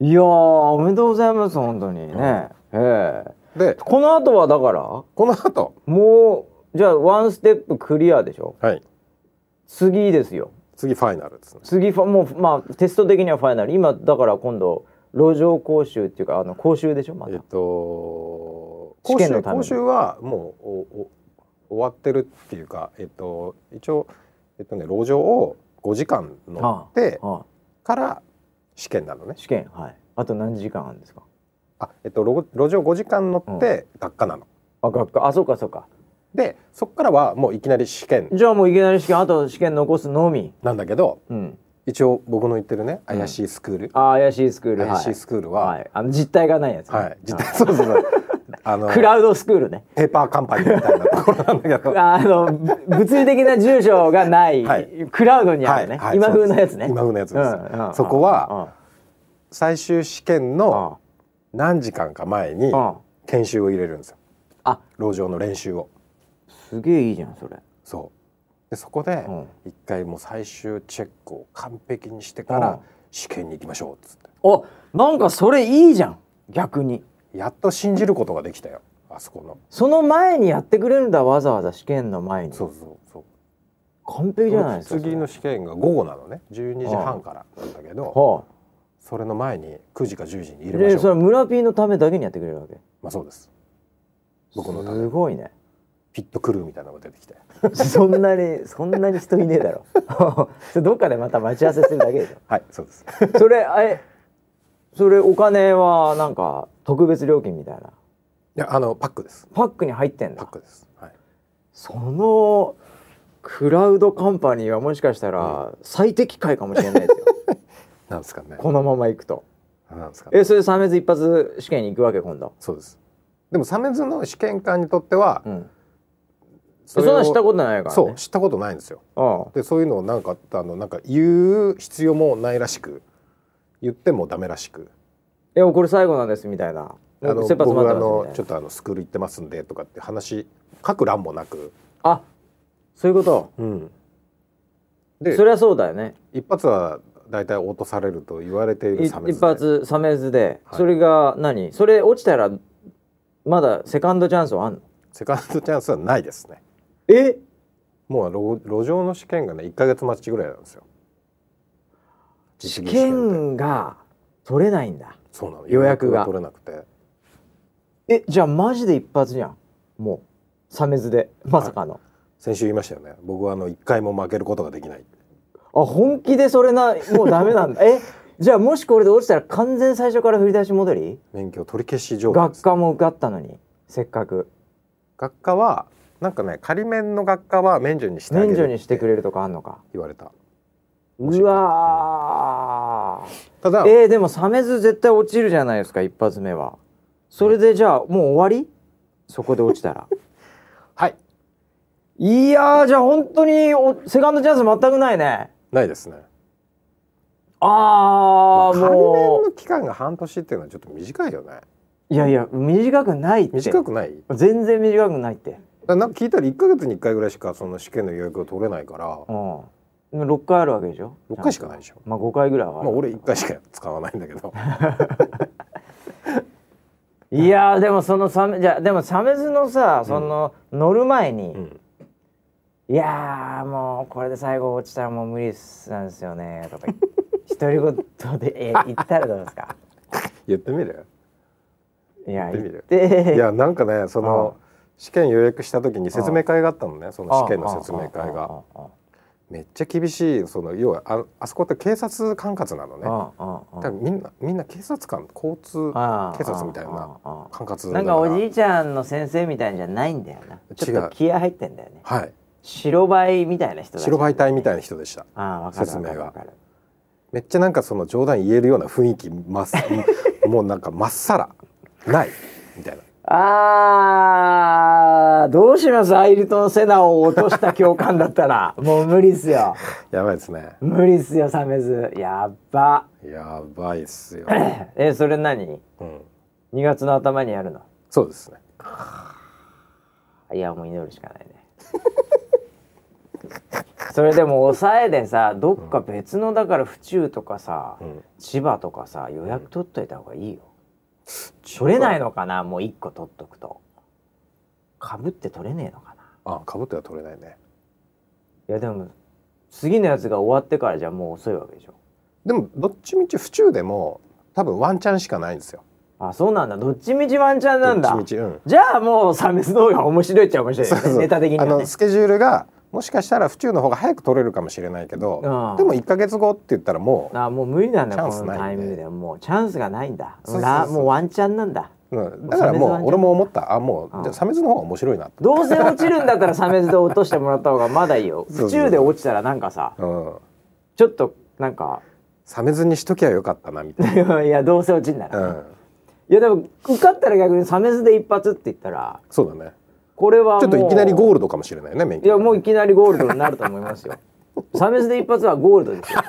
Speaker 1: いやーおめでとうございます本当にね、ええ
Speaker 2: で
Speaker 1: この後はだから
Speaker 2: この後
Speaker 1: もうじゃあワンステップクリアでしょ
Speaker 2: はい
Speaker 1: 次ですよ
Speaker 2: 次ファイナルですね
Speaker 1: 次ファもうまあテスト的にはファイナル今だから今度路上講習っていうかあの講習でしょま
Speaker 2: え
Speaker 1: た
Speaker 2: っと
Speaker 1: 試験
Speaker 2: 講
Speaker 1: の
Speaker 2: 習
Speaker 1: ために
Speaker 2: 講習はもうおお終わってるっていうかえっと一応えっとね路上を5時間乗って
Speaker 1: あ
Speaker 2: から試験なのね
Speaker 1: 試験はいあと何時間あるんですか
Speaker 2: あえっと路路上5時間乗って学科なの、
Speaker 1: あ学科あそうかそうか
Speaker 2: でそこからはもういきなり試験
Speaker 1: じゃあもういきなり試験あと試験残すのみ
Speaker 2: なんだけど
Speaker 1: うん
Speaker 2: 一応僕の言ってるね怪しいスクール、
Speaker 1: あ怪しいスクール
Speaker 2: 怪しいスクールは、
Speaker 1: はい、はい、あの実体がないやつね、
Speaker 2: はい、実際そうそう そう。あの
Speaker 1: クラウドスクールね
Speaker 2: ペーパーカンパニーみたいなところなんだけど。
Speaker 1: あのぶ物理的な住所がない、
Speaker 2: はい
Speaker 1: クラウドにあるね、今風のやつね
Speaker 2: 今風のやつです。
Speaker 1: うんうん
Speaker 2: そこは最終試験
Speaker 1: うん
Speaker 2: の何時間か前に
Speaker 1: うんうん
Speaker 2: 研修を入れるんですよ。
Speaker 1: あ
Speaker 2: 路上の練習を。
Speaker 1: すげえいいじゃんそれ
Speaker 2: そう。でそこで
Speaker 1: うん
Speaker 2: 一回もう最終チェックを完璧にしてか
Speaker 1: うん
Speaker 2: ら試験に行きましょうっつって。
Speaker 1: おなんかそれいいじゃん逆に
Speaker 2: やっと信じることができたよ。あそこの。
Speaker 1: その前にやってくれるんだわざわざ試験の前に
Speaker 2: そうそうそう。
Speaker 1: 完璧じゃないですか
Speaker 2: 次の試験が午後なのね。12時半からなんだけ
Speaker 1: それ
Speaker 2: ど、
Speaker 1: は
Speaker 2: それの前に9時か10時に入
Speaker 1: あ、
Speaker 2: れまし
Speaker 1: で
Speaker 2: ょう
Speaker 1: それ。は村ピーのためだけにやってくれるわけ
Speaker 2: まあそうです。僕のため
Speaker 1: すごいね
Speaker 2: ピットクルーみたいなのが出てきて。
Speaker 1: そんなにそんなに人いねえだろ それどっかでまた待ち合わせするだけでし
Speaker 2: はい、そうです。
Speaker 1: ょそれあれそれお金はなんか特別料金みたいない
Speaker 2: や、あのパックです。
Speaker 1: パックに入ってん
Speaker 2: パッ
Speaker 1: だ
Speaker 2: クです。はい。
Speaker 1: そのクラウドカンパニーはもしかしたら最適解かもしれないですよ
Speaker 2: なんですかね
Speaker 1: このままいくと
Speaker 2: なんですかね
Speaker 1: えそれでサメズ一発試験に行くわけ今度
Speaker 2: そうですでもサメズの試験官にとっては、
Speaker 1: うん
Speaker 2: そ
Speaker 1: そん
Speaker 2: れを
Speaker 1: なんしたことないから、ね、
Speaker 2: そう知ったことないんですよ
Speaker 1: あ
Speaker 2: でそういうのをなんかあのなんか言う必要もないらしく言ってもダメらしく
Speaker 1: いやもうこれ最後なんですみたいな
Speaker 2: あの
Speaker 1: もう切羽詰
Speaker 2: 僕
Speaker 1: まっ
Speaker 2: あ
Speaker 1: てますみ
Speaker 2: の
Speaker 1: たい
Speaker 2: ちょ
Speaker 1: な
Speaker 2: っとあのスクール行ってますんでとかって話書く欄もなく、
Speaker 1: あそういうこと
Speaker 2: で
Speaker 1: そりゃそうだよね
Speaker 2: 一発は大体落とされると言われてい
Speaker 1: い
Speaker 2: るサメ
Speaker 1: 一発サメズで、
Speaker 2: はい
Speaker 1: それが何それ落ちたらまだセカンドチャンスはあんの
Speaker 2: セカンドチャンスはないですね
Speaker 1: え
Speaker 2: もう路路上の試験がね1か月待ちぐらいなんですよ
Speaker 1: 試
Speaker 2: 技試験って
Speaker 1: 験が取れないんだ
Speaker 2: そうなの
Speaker 1: 予約が
Speaker 2: 取れなくて
Speaker 1: えじゃあマジで一発じゃんもうサメズでまさかの、
Speaker 2: 先週言いましたよね僕はあの1回も負けることができない
Speaker 1: あ本気でそれなもうダメ なんだえじゃあもしこれで落ちたら完全最初から振り出し戻り
Speaker 2: 免許取り消し状態で
Speaker 1: 学
Speaker 2: す
Speaker 1: 科も受かったのにせっかく
Speaker 2: 学科はなんかね仮免の学科は免除にしてあげる
Speaker 1: 免除にしてくれるとかあんのか
Speaker 2: 言われたもし
Speaker 1: うわ
Speaker 2: ただ
Speaker 1: ーえー、でもサメズ絶対落ちるじゃないですか一発目はそれでじゃあもう終わりそこで落ち たら
Speaker 2: はい
Speaker 1: いやーじゃあ本当におセカンドチャンス全くないね
Speaker 2: ないですね
Speaker 1: ああ
Speaker 2: まあ仮
Speaker 1: も
Speaker 2: 免
Speaker 1: う
Speaker 2: の期間が半年っていうのはちょっと短いよね
Speaker 1: いやいや短くないって
Speaker 2: 短くないだか
Speaker 1: 全然短くないって
Speaker 2: らなんか聞いたら1か月に1回ぐらいしかその試験の予約が取れないか
Speaker 1: う
Speaker 2: ら
Speaker 1: んでも6回あるわけでしょ
Speaker 2: 6回しかないでしょ
Speaker 1: まあ5回ぐらいはあ
Speaker 2: ま
Speaker 1: る
Speaker 2: あ俺1回しか使わないんだ けど
Speaker 1: いやーでもそのサメじゃあでもサメズのさその、乗る前に、
Speaker 2: ん
Speaker 1: いやーもうこれで最後落ちたらもう無理っすなんですよね とか言って独り言でえ言ったらどうですか
Speaker 2: 言ってみる
Speaker 1: いや
Speaker 2: 言
Speaker 1: 言
Speaker 2: っ
Speaker 1: って
Speaker 2: みる
Speaker 1: て
Speaker 2: いやなんかねその
Speaker 1: う
Speaker 2: 試験予約した時に説明会があったのねその試験の説明会
Speaker 1: あ
Speaker 2: がめっちゃ厳しいその要はああそこって警察管轄なのね
Speaker 1: ああああああああ
Speaker 2: だからみんなみんな警察官交通
Speaker 1: ああ
Speaker 2: 警察みたいな
Speaker 1: あああ
Speaker 2: 管轄
Speaker 1: あ
Speaker 2: だ
Speaker 1: なんかおじいちゃんの先生みたいんじゃないんだよなちょっ
Speaker 2: 違う
Speaker 1: と気合入ってんだよね
Speaker 2: はい
Speaker 1: 白バイみたいな人たち
Speaker 2: 白バイ隊みたいな人でした
Speaker 1: ああわかる
Speaker 2: 説
Speaker 1: わ
Speaker 2: 明が
Speaker 1: かるわかる
Speaker 2: めっちゃなんかその冗談言えるような雰囲気まっす もうなんかまっさらないみたいな
Speaker 1: あーどうしますアイルトン・セナを落とした教官だったら もう無理っすよ
Speaker 2: やばいですね
Speaker 1: 無理っすよサメズやっば
Speaker 2: やばいっすよ、
Speaker 1: えそれ何
Speaker 2: うん、
Speaker 1: 2月の頭にやるの
Speaker 2: そうですね
Speaker 1: いやもう祈るしかない ねそれでも抑えでさどっか別のだから府中とかさ、
Speaker 2: ん
Speaker 1: 千葉とかさ予約取っといた方がいいよ、取れないのかなもう1個取っとくとかぶって取れねえのかな
Speaker 2: あかぶっては取れないね
Speaker 1: いやでも次のやつが終わってからじゃもう遅いわけでしょ
Speaker 2: でもどっちみち府中でも多分ワンチャンしかないんですよ
Speaker 1: あそうなんだどっちみちワンチャンなんだ
Speaker 2: どっちみちうん
Speaker 1: じゃあもうサメスの方が面白いっちゃ面白いよ
Speaker 2: そう
Speaker 1: ね
Speaker 2: そう
Speaker 1: ネタ的には
Speaker 2: あ
Speaker 1: ね
Speaker 2: のスケジュールがもしかしたら府中の方が早く取れるかもしれないけど
Speaker 1: ああ
Speaker 2: でも1か月後って言ったらもう
Speaker 1: あもう無理なんだ
Speaker 2: チャ
Speaker 1: こ
Speaker 2: ンス
Speaker 1: の
Speaker 2: な
Speaker 1: タイ
Speaker 2: いんで
Speaker 1: ミングではもうチャンスがないんだ
Speaker 2: そうそうそう
Speaker 1: ラもうワンチャンなんだ
Speaker 2: うんだからもう俺も思ったあも
Speaker 1: う
Speaker 2: うんじゃあサメズの方が面白いなって、
Speaker 1: どうせ落ちるんだったらサ メズで落としてもらった方がまだいいよ
Speaker 2: そうそう
Speaker 1: 府中で落ちたらなんかさ
Speaker 2: うん、
Speaker 1: ちょっとなんか
Speaker 2: サメズにしときゃよかったなみたい
Speaker 1: いやどうせ落ちんな
Speaker 2: な、
Speaker 1: ら、
Speaker 2: うん、
Speaker 1: いやでも受かったら逆にサメズで一発って言ったら
Speaker 2: そうだね
Speaker 1: これはもう
Speaker 2: ちょっといきなりゴールドかもしれないね免
Speaker 1: いや
Speaker 2: 許
Speaker 1: もういきなりゴールドになると思います よサメズで一発はゴールド ですよ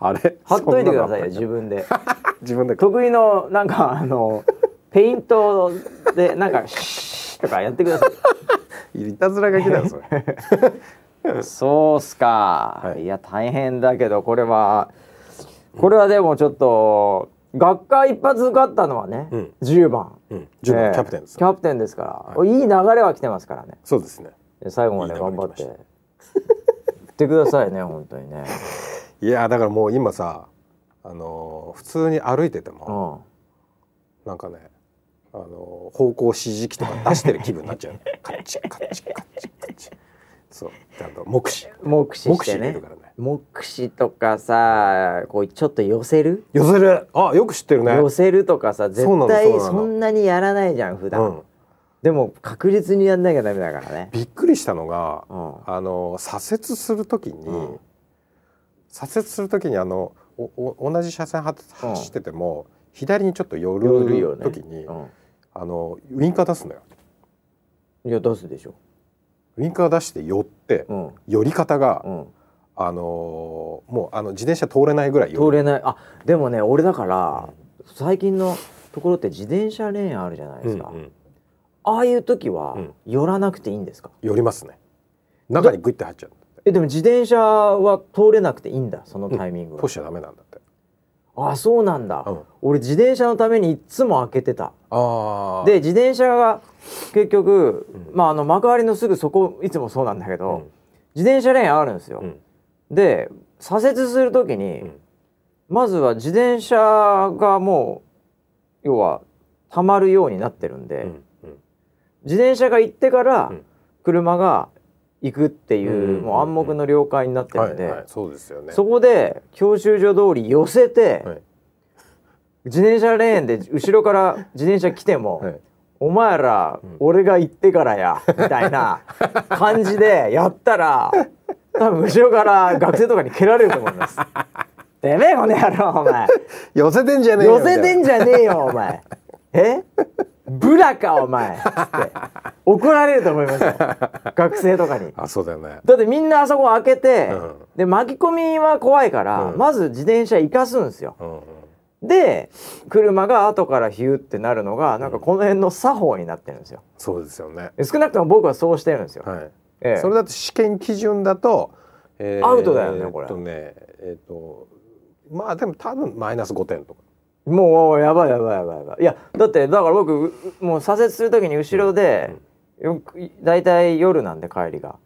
Speaker 2: あれ
Speaker 1: 貼っといてくださいよ
Speaker 2: そんなのあったっけ
Speaker 1: 自分で
Speaker 2: 自分で
Speaker 1: 得意のなんかあのペイントでなんかシーッとかやってください
Speaker 2: いたずら書きだよそ れ
Speaker 1: そうっすか、
Speaker 2: はい
Speaker 1: い、や大変だけどこれはこれはでもちょっと学科一発受かったのはね、
Speaker 2: うん
Speaker 1: 10番、
Speaker 2: うん自分
Speaker 1: ええ
Speaker 2: キャプテンです
Speaker 1: キ
Speaker 2: よ
Speaker 1: ャプテンですから、い、い流れは来てますからね
Speaker 2: そうですね
Speaker 1: 最後まで頑張って 言ってくださいね本当にね、
Speaker 2: いやだからもう今さあのー普通に歩いてて
Speaker 1: う
Speaker 2: も、
Speaker 1: ん、
Speaker 2: なんかねあのー方向指示器とか出してる気分になっち ゃうカッチカッチカッチカッチそうちゃんと目視
Speaker 1: 目視
Speaker 2: 目
Speaker 1: し
Speaker 2: 視
Speaker 1: て
Speaker 2: 入れ
Speaker 1: ね
Speaker 2: るからね
Speaker 1: 目視とかさこうちょっと寄せる、
Speaker 2: 寄せるあよく知ってるね
Speaker 1: 寄せるとかさ絶
Speaker 2: そうなの
Speaker 1: 対
Speaker 2: そうなの
Speaker 1: そんなにやらないじゃん普
Speaker 2: う
Speaker 1: 段、
Speaker 2: ん
Speaker 1: でも確実にやんなきゃダメだからね。
Speaker 2: びっくりしたのが、
Speaker 1: うん
Speaker 2: あの左折するときに、
Speaker 1: うん
Speaker 2: 左折するときにあのおお同じ車線は走ってても、左にちょっと寄
Speaker 1: 寄るよ
Speaker 2: る
Speaker 1: ね
Speaker 2: ときに、
Speaker 1: うん
Speaker 2: あのウインカー出すのよ。
Speaker 1: いや出すでしょ。
Speaker 2: ウインカー出して寄って、
Speaker 1: うん
Speaker 2: 寄り方が、
Speaker 1: うん。
Speaker 2: あのーもうあの自転車通れないぐらい寄る
Speaker 1: 通れない。あでもね俺だから最近のところって自転車レーンあるじゃないですか。
Speaker 2: うんうん
Speaker 1: ああいう時は
Speaker 2: うん
Speaker 1: 寄らなくていいんですか。
Speaker 2: 寄りますね。中にグイって入っちゃうんだって。
Speaker 1: えでも自転車は通れなくていいんだそのタイミングは
Speaker 2: ポシャダメなんだって。
Speaker 1: あそうなんだ、
Speaker 2: うん
Speaker 1: 俺自転車のためにいっつも開けてた
Speaker 2: あ
Speaker 1: で、自転車が結局、
Speaker 2: うん
Speaker 1: まあ、あの幕張のすぐそこいつもそうなんだけ
Speaker 2: う
Speaker 1: ど、
Speaker 2: ん
Speaker 1: 自転車レーンあるんですよ、
Speaker 2: うん
Speaker 1: で左折する時に、
Speaker 2: うん
Speaker 1: まずは自転車がもう要はたまるようになってるんで、
Speaker 2: うんうん
Speaker 1: 自転車が行ってから
Speaker 2: うん
Speaker 1: 車が行くっていう,、
Speaker 2: うん
Speaker 1: もう暗黙の了解になって
Speaker 2: は
Speaker 1: る
Speaker 2: い
Speaker 1: んで、
Speaker 2: はい、そうですよね。
Speaker 1: そこで教習所通り寄せて、
Speaker 2: はい
Speaker 1: 自転車レーンで後ろから自転車来ても、
Speaker 2: はい
Speaker 1: お前ら、
Speaker 2: ん
Speaker 1: 俺が行ってからやみたいな感じでやったら多分後ろから学生とかに蹴られると思います。てめえこの野郎お 前
Speaker 2: 寄せてんじゃねえよ
Speaker 1: 寄せてん
Speaker 2: み
Speaker 1: じゃねえよお前えブラかお前つって怒られると思いますよ学生とかに
Speaker 2: たい。なあそうだよね。
Speaker 1: だってみんなあそこ開けて、
Speaker 2: うん
Speaker 1: で巻き込みは怖いから、
Speaker 2: うん
Speaker 1: まず自転車行かすんですよ
Speaker 2: うんうん
Speaker 1: で車が後からヒューってなるのがなんかこの辺の作法になってるんですよ
Speaker 2: そうですよね。
Speaker 1: 少なくとも僕はそうしてるんですよ、
Speaker 2: はい。
Speaker 1: ええ
Speaker 2: それだと試験基準だと、え
Speaker 1: アウトだよねこれ
Speaker 2: えっとねえっとまあでも多分マイナス5点とか。
Speaker 1: もうやばいやばいやばいやばいいやだってだから僕うもう左折する時に後ろで、よく大体夜なんで帰りが、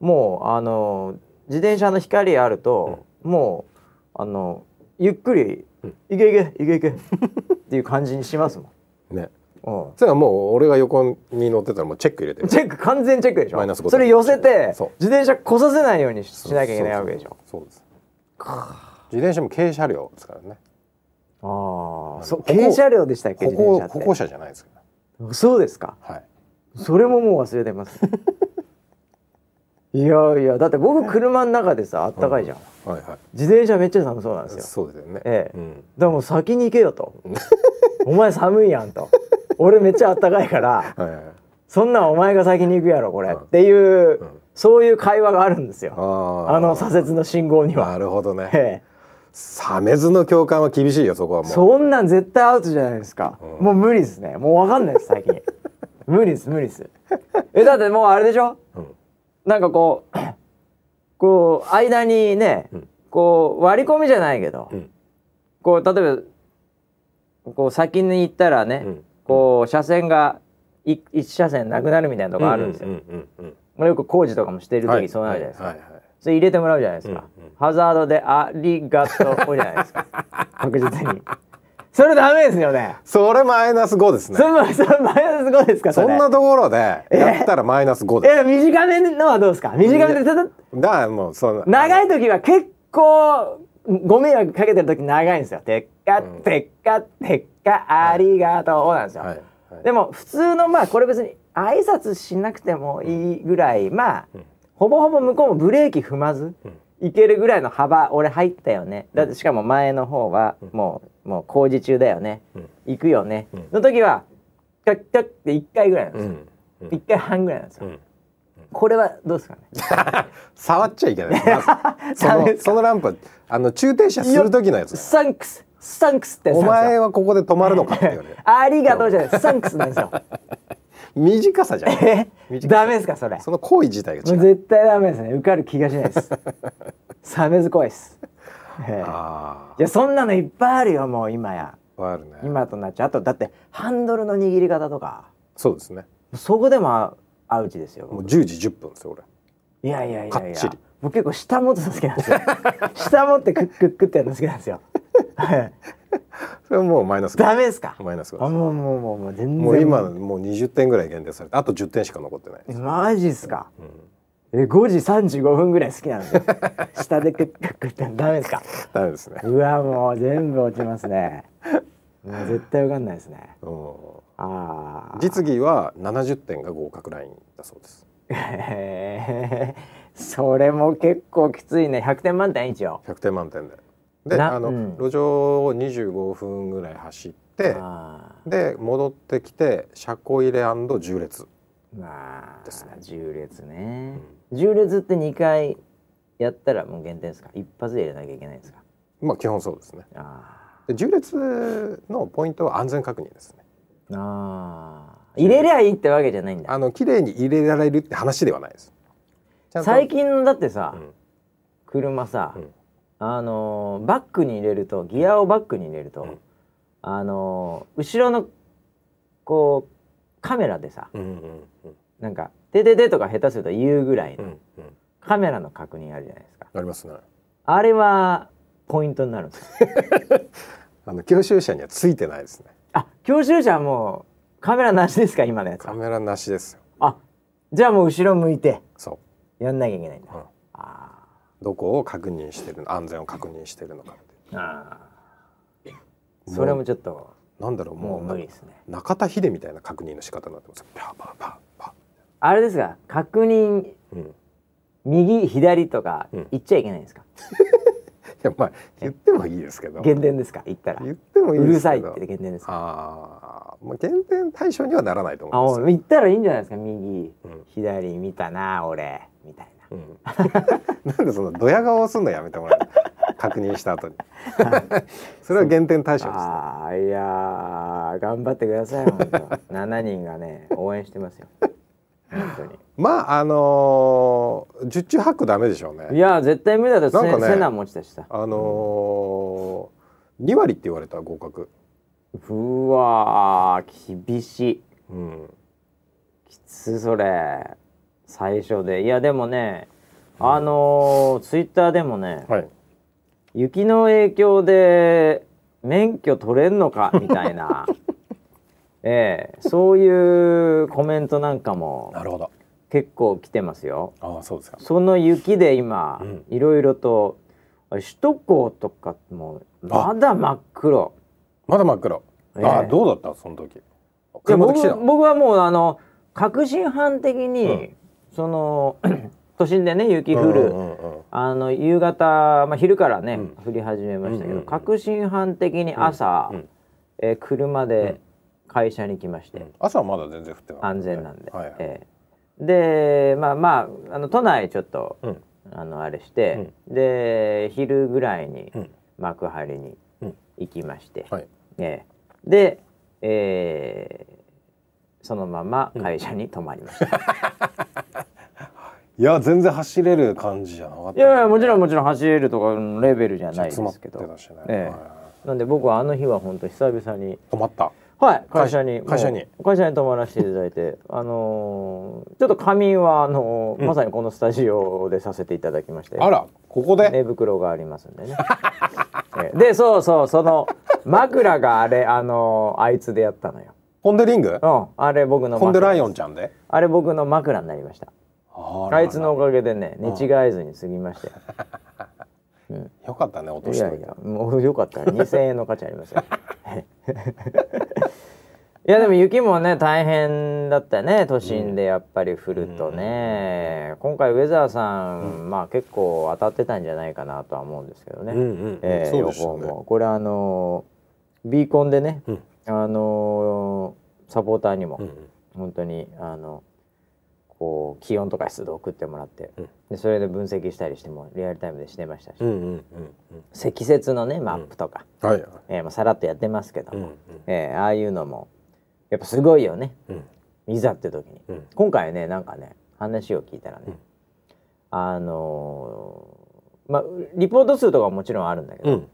Speaker 1: もうあの自転車の光あると、もうあのゆっくり
Speaker 2: うん
Speaker 1: 「いけいけいけいけ」っていう感じにしますもん
Speaker 2: ね。
Speaker 1: うん
Speaker 2: それはもう俺が横に乗ってたらもうチェック入れてる。
Speaker 1: チェック完全チェックでし
Speaker 2: マイナス
Speaker 1: ょ
Speaker 2: 五
Speaker 1: そ
Speaker 2: 点
Speaker 1: れ寄せて
Speaker 2: そう
Speaker 1: 自転車こさせないようにししなきゃいけないわけでしょ
Speaker 2: そうです。自転車も軽車両ですからね。
Speaker 1: ああ
Speaker 2: ここ
Speaker 1: 軽車両でしたっけ
Speaker 2: 歩
Speaker 1: 自転車
Speaker 2: 行
Speaker 1: っ
Speaker 2: 歩
Speaker 1: て
Speaker 2: 行者じゃないですから。
Speaker 1: そうですか
Speaker 2: はい。
Speaker 1: それももう忘れてますいやいやだって僕車の中でさあったかいじゃん、
Speaker 2: はいはい。
Speaker 1: 自転車めっちゃ寒そうなんですよ
Speaker 2: そうですよね。
Speaker 1: ええ
Speaker 2: うん。
Speaker 1: だからもう先に行けよと お前寒いやんと俺めっちゃあったかいから
Speaker 2: はいはい。
Speaker 1: そんなんお前が先に行くやろこれ、
Speaker 2: うん
Speaker 1: っていう、
Speaker 2: ん
Speaker 1: そういう会話があるんですよ
Speaker 2: あ
Speaker 1: あ
Speaker 2: あ。
Speaker 1: の左折の信号には、
Speaker 2: なるほど ね。
Speaker 1: ええ
Speaker 2: サメズの共感は厳しいよそこはもう
Speaker 1: そんなん絶対アウトじゃないですか、
Speaker 2: うん
Speaker 1: もう無理ですねもう分かんないです最近無理です無理ですえだってもうあれでしょ
Speaker 2: うん
Speaker 1: なんかこう こう間にね、
Speaker 2: うん
Speaker 1: こう割り込みじゃないけど、
Speaker 2: うん
Speaker 1: こう例えばこう先に行ったらね、
Speaker 2: うん
Speaker 1: こう車線がい一車線なくなるみたいなとこあるんですよ。
Speaker 2: うんうんうん
Speaker 1: まあよく工事とかもして
Speaker 2: う
Speaker 1: る
Speaker 2: んは
Speaker 1: 時
Speaker 2: い
Speaker 1: そうなるじゃないですか。
Speaker 2: はいはいはい
Speaker 1: それ入れてもらうじゃないですか。
Speaker 2: うんうん
Speaker 1: ハザードでありがとうじゃないですか。確実 に。それダメですよね。
Speaker 2: それマイナス5で
Speaker 1: そ
Speaker 2: すね
Speaker 1: れもそれマイナス5ですかそ
Speaker 2: そ
Speaker 1: れ。
Speaker 2: んなところでやったらマイナス5で
Speaker 1: え短めのはどうですか短めでただ
Speaker 2: すだからもうその
Speaker 1: 長い時は結構ご迷惑かけてる時長いんですよ。てっか
Speaker 2: うん
Speaker 1: てっかてっかありがとうなんですよ。
Speaker 2: はいはい
Speaker 1: でも普通のまあこれ別に挨拶しなくてもいいぐらいまあ、
Speaker 2: うん
Speaker 1: ほぼほぼ向こうもブレーキ踏まずいけるぐらいの幅俺入ったよねだってしかも前の方はもう,、もう工事中だよね、
Speaker 2: うん
Speaker 1: 行くよね、
Speaker 2: うん
Speaker 1: の時はカッカッって1回ぐらいなんで
Speaker 2: う
Speaker 1: すよ、
Speaker 2: ん
Speaker 1: 一1回半ぐらいなんですよ、
Speaker 2: うん
Speaker 1: これはどうですかね
Speaker 2: 触っちゃいけ ないまずそ
Speaker 1: ダメ
Speaker 2: の
Speaker 1: です
Speaker 2: そのランプあの駐停車する時のやつだ
Speaker 1: サンクスサンクスってやつ
Speaker 2: お
Speaker 1: なんです
Speaker 2: 前
Speaker 1: よ
Speaker 2: はここで止まるのかって言われる
Speaker 1: ありがとうじゃないサンクスなん ですよ
Speaker 2: 短さじゃない
Speaker 1: えダメですかそれ
Speaker 2: その行為自体
Speaker 1: も
Speaker 2: が
Speaker 1: う
Speaker 2: 違う
Speaker 1: 絶対ダメですね受かる気がしないですサメズ怖いです、ええ
Speaker 2: あ
Speaker 1: いやそんなのいっぱいあるよもう今や
Speaker 2: ああるね
Speaker 1: 今となっちゃうあとだってハンドルの握り方とか
Speaker 2: そうですね
Speaker 1: そこでもあアウチです
Speaker 2: もう
Speaker 1: よ
Speaker 2: 10時10分ですよ俺
Speaker 1: いやいやいやい
Speaker 2: かっち
Speaker 1: や
Speaker 2: り
Speaker 1: 僕結構下持ってたの好きなん ですよ下持ってクックックってやるの好きなんですよ
Speaker 2: それはもうマイナス5
Speaker 1: ダメ ですか
Speaker 2: マイナス
Speaker 1: あ
Speaker 2: 5
Speaker 1: もうもうもうもう全然
Speaker 2: もう今もう20点ぐらい限定されてあと10点しか残ってない
Speaker 1: マジっすか、え5時35分ぐらい好きなんですよ下でクックックってやるのダメですか
Speaker 2: ダメですね
Speaker 1: うわもう全部落ちますね。もう絶対わかんないですね。
Speaker 2: うん
Speaker 1: ああ。
Speaker 2: 実技は70点が合格ラインだそうです
Speaker 1: へえ それも結構きついね100点満点一応
Speaker 2: 100点満点でで
Speaker 1: な
Speaker 2: あの、
Speaker 1: うん
Speaker 2: 路上を25分ぐらい走って
Speaker 1: あ
Speaker 2: で戻ってきて車庫入れ縦列、
Speaker 1: ーまあ
Speaker 2: ですね
Speaker 1: 重列
Speaker 2: う
Speaker 1: ね
Speaker 2: ん、
Speaker 1: 重列って2回やったらもう減点ですか一発で入れなきゃいけないんですか
Speaker 2: まあ基本そうですね
Speaker 1: あ
Speaker 2: で縦列のポイントは安全確認ですね
Speaker 1: ーあー入れりゃいいってわけじゃないんだ
Speaker 2: あの綺麗に入れられるって話ではないですちゃんと
Speaker 1: 最近のだってさ、
Speaker 2: うん
Speaker 1: 車さ、
Speaker 2: うん
Speaker 1: あのーバックに入れるとギアをバックに入れると、
Speaker 2: うん
Speaker 1: あのー後ろのこうカメラでさ
Speaker 2: うんうんうん
Speaker 1: なんか「ててて」とか下手すると言うぐらいうの、
Speaker 2: んうん
Speaker 1: カメラの確認あるじゃないですか
Speaker 2: ありますね
Speaker 1: あれはポイントになるんですか
Speaker 2: あの教習者にはついてないですね
Speaker 1: あ教習車はもうカメラなしですか今のやつ
Speaker 2: カ
Speaker 1: は
Speaker 2: メラなしですよ
Speaker 1: あじゃあもう後ろ向いて
Speaker 2: そ
Speaker 1: やんなきゃいけないんだ、
Speaker 2: う、うん、
Speaker 1: あ
Speaker 2: どこを確認してるの安全を確認してるのかって
Speaker 1: ーあーそれもちょっと
Speaker 2: なんだろう
Speaker 1: も
Speaker 2: も
Speaker 1: う
Speaker 2: うな
Speaker 1: 無理ですね
Speaker 2: 中田秀みたいな確認の仕方になってますパーパーパーパ
Speaker 1: あれですが確認
Speaker 2: ーうんい
Speaker 1: 右左とか
Speaker 2: うん
Speaker 1: 言っちゃいけないんですか、
Speaker 2: やまあ言ってもいいですけど
Speaker 1: 減点ですか言ったら
Speaker 2: 言っても
Speaker 1: う
Speaker 2: いいで
Speaker 1: る
Speaker 2: す
Speaker 1: さい
Speaker 2: け
Speaker 1: っ
Speaker 2: ど
Speaker 1: て減点ですか
Speaker 2: ああまあ減点対象にはならないと
Speaker 1: あ
Speaker 2: 思
Speaker 1: も
Speaker 2: うん
Speaker 1: う
Speaker 2: です
Speaker 1: 言
Speaker 2: よ
Speaker 1: ったらいいんじゃないですか右、
Speaker 2: うん
Speaker 1: 左見たな俺みたいな
Speaker 2: うん、 なんでそのドヤ顔をするのやめてもらえる確認した後に それは減点対象ですね
Speaker 1: ああいやー頑張ってください本 当7人がね応援してますよ本当に
Speaker 2: まああのー、十中八九ダメでしょうね
Speaker 1: いやー絶対無理だった
Speaker 2: なんかね
Speaker 1: セナ持ちたしさ
Speaker 2: あのー2割って言われた合格、
Speaker 1: うわー厳しい
Speaker 2: うん、
Speaker 1: きつそれ最初でいやでもねあのー、ツイッターでもね、
Speaker 2: はい
Speaker 1: 雪の影響で免許取れんのかみたい なええそういうコメントなんかも
Speaker 2: なるほど
Speaker 1: 結構来てますよ
Speaker 2: ああそうですか
Speaker 1: その雪で今
Speaker 2: うん
Speaker 1: いろいろとあれ首都高とかもまだ真っ黒
Speaker 2: まだ真っ黒、
Speaker 1: ええ
Speaker 2: ああどうだったその時
Speaker 1: いや
Speaker 2: 車で来
Speaker 1: 僕
Speaker 2: てたの
Speaker 1: 僕はもうあの確信犯的に、
Speaker 2: うん
Speaker 1: その 都心でね雪降る、
Speaker 2: うんうんうん
Speaker 1: あの夕方、まあ、昼からね、
Speaker 2: うん
Speaker 1: 降り始めましたけど、
Speaker 2: うんうんうん
Speaker 1: 確信犯的に朝、
Speaker 2: うん
Speaker 1: えー車で会社に来まして、
Speaker 2: うん朝はまだ全然降ってない
Speaker 1: 安全なんで、
Speaker 2: はいはい
Speaker 1: えーでまあまああの都内ちょっと
Speaker 2: うん
Speaker 1: あのあれして、で昼ぐらいに
Speaker 2: うん
Speaker 1: 幕張に
Speaker 2: うん
Speaker 1: 行きまして、
Speaker 2: はい
Speaker 1: えーで、えーそのまま会社に泊まりました、
Speaker 2: いや全然走れる感じじゃなかった
Speaker 1: いやいやもちろんもちろん走れるとかのレベルじゃないで
Speaker 2: 詰ますっ
Speaker 1: け
Speaker 2: て
Speaker 1: ど
Speaker 2: たしね、
Speaker 1: ええ
Speaker 2: は
Speaker 1: なんで僕はあの日は本当久々に
Speaker 2: い止まった
Speaker 1: はい会
Speaker 2: 会
Speaker 1: 社にもう
Speaker 2: 会社に
Speaker 1: 会社に泊まらせていただいてあのーちょっと仮眠はあのー
Speaker 2: うん
Speaker 1: まさにこのスタジオでさせていただきまして
Speaker 2: あらここで、
Speaker 1: 寝袋がありますんでね えでそうそうその枕があれあのーあいつでやったのよ
Speaker 2: ポンデリング
Speaker 1: うんあれ僕の
Speaker 2: ポンデ
Speaker 1: 枕
Speaker 2: ライオンちゃんで
Speaker 1: あれ僕の枕になりました
Speaker 2: あら
Speaker 1: あいつのおかげでね寝違えずに済みましたよ
Speaker 2: よかったね落と
Speaker 1: い
Speaker 2: して
Speaker 1: やいやもうよか ったら2,000円の価値ありますよいやでも雪もね大変だったね都心でやっぱり降るとね、今回ウェザーさん、まあ結構当たってたんじゃないかなとは思うんですけどね、
Speaker 2: うんうんうん
Speaker 1: えー
Speaker 2: そう
Speaker 1: 予
Speaker 2: でしたね
Speaker 1: 報もこれあのービーコンでね、
Speaker 2: うん
Speaker 1: あのーサポーターにも
Speaker 2: うんうん
Speaker 1: 本当にあのこう気温とか湿度送ってもらって、
Speaker 2: うん
Speaker 1: でそれで分析したりしてもリアルタイムでしてましたし、
Speaker 2: うんうんうんうん
Speaker 1: 積雪のねマップとか、
Speaker 2: はいはい
Speaker 1: えーまあ、さらっとやってますけど、
Speaker 2: うんうん
Speaker 1: えーああいうのもやっぱすごいよね
Speaker 2: うん
Speaker 1: いざって時に
Speaker 2: うん
Speaker 1: 今回ねなんかね話を聞いたらね、
Speaker 2: うん
Speaker 1: あのーまあリポート数とかはもちろんあるんだけど、
Speaker 2: うん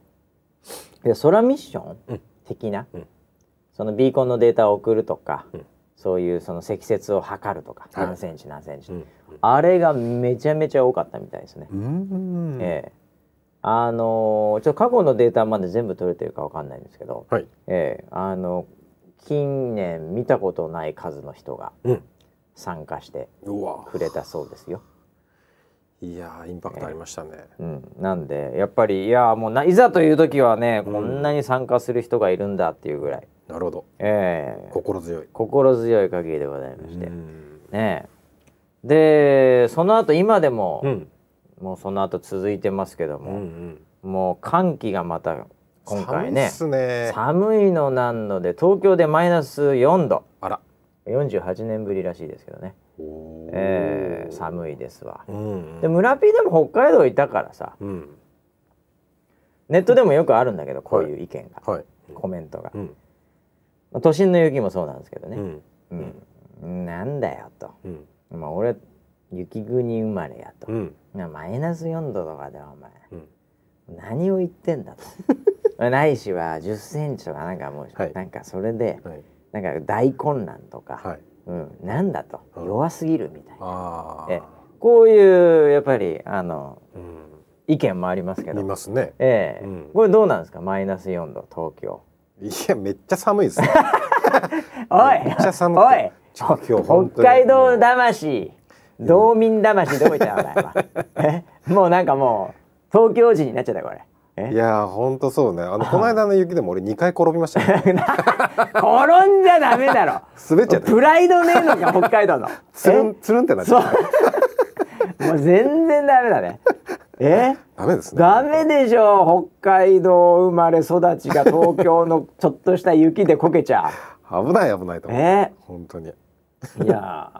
Speaker 1: いや空ミッショ
Speaker 2: う
Speaker 1: ン
Speaker 2: ん
Speaker 1: 的な、
Speaker 2: うん
Speaker 1: そのビーコンのデータを送るとか、
Speaker 2: うん
Speaker 1: そういうその積雪を測るとか、
Speaker 2: はい
Speaker 1: 何センチ何センチ、
Speaker 2: うん
Speaker 1: あれがめちゃめちゃ多かったみたいですね。
Speaker 2: うん
Speaker 1: ええあのーちょっと過去のデータまで全部取れてるかわかんないんですけど、
Speaker 2: はい
Speaker 1: ええあの近年見たことない数の人が
Speaker 2: うん
Speaker 1: 参加して
Speaker 2: うわ
Speaker 1: くれたそうですよ。
Speaker 2: いやーインパクトありましたね
Speaker 1: うん、なんでやっぱりいやもうないざという時はね、
Speaker 2: うん
Speaker 1: こんなに参加する人がいるんだっていうぐらい、
Speaker 2: ねなるほど
Speaker 1: ええ
Speaker 2: 心強い
Speaker 1: 心強い限りでございまして、
Speaker 2: うん
Speaker 1: ねえでその後今でも、
Speaker 2: うん
Speaker 1: もうその後続いてますけど
Speaker 2: う
Speaker 1: も、
Speaker 2: ん
Speaker 1: もう寒気がまた今回ね
Speaker 2: 寒いっすね
Speaker 1: 寒いのなんので東京でマイナス4度
Speaker 2: あら
Speaker 1: 48年ぶりらしいですけどね、
Speaker 2: おー
Speaker 1: ええ寒いですわ。
Speaker 2: うんうん
Speaker 1: で村ピーでも北海道いたからさ
Speaker 2: うん
Speaker 1: ネットでもよくあるんだけどこういう意見が、
Speaker 2: はい
Speaker 1: コメントが
Speaker 2: う、ん
Speaker 1: まあ都心の雪もそうなんですけど
Speaker 2: う
Speaker 1: ね、
Speaker 2: ん
Speaker 1: うん、なんだよと、
Speaker 2: うん
Speaker 1: まあ、俺雪国生まれやと
Speaker 2: う、ん
Speaker 1: まあマイナス4度とかでお前
Speaker 2: うん
Speaker 1: 何を言ってんだと ないしは1 0ンチとかなんかもう、
Speaker 2: はい
Speaker 1: なんかそれで
Speaker 2: はい
Speaker 1: なんか大混乱とか、
Speaker 2: はい
Speaker 1: うん、なんだと
Speaker 2: うん
Speaker 1: 弱すぎるみたいな、
Speaker 2: あ
Speaker 1: ええ
Speaker 2: あ
Speaker 1: こういうやっぱりあの
Speaker 2: うん
Speaker 1: 意見もありますけ
Speaker 2: 見
Speaker 1: ど、
Speaker 2: ますね
Speaker 1: ええ
Speaker 2: うん
Speaker 1: これどうなんですかマイナス4度東京
Speaker 2: いやめっちゃ寒いですね
Speaker 1: おい
Speaker 2: めっちゃ寒
Speaker 1: お
Speaker 2: く
Speaker 1: い
Speaker 2: てちょ今日本
Speaker 1: 北
Speaker 2: 当に
Speaker 1: 海道魂道民魂どこ行ったのお前はえもうなんかもう東京人になっちゃったこれえ
Speaker 2: いやー本当そうねあのこの間の雪でも俺二回転びましたね
Speaker 1: 転んじゃダメだろ
Speaker 2: 滑っちゃった
Speaker 1: プライド ねえのか北海道の
Speaker 2: つるんつるんってなっちゃ
Speaker 1: そう
Speaker 2: った
Speaker 1: もう全然ダメだねえ
Speaker 2: ダメですね
Speaker 1: ダメでしょ北海道生まれ育ちが東京のちょっとした雪でこけちゃ
Speaker 2: 危ない危ないと
Speaker 1: う
Speaker 2: 思う、
Speaker 1: え
Speaker 2: 本当に
Speaker 1: いや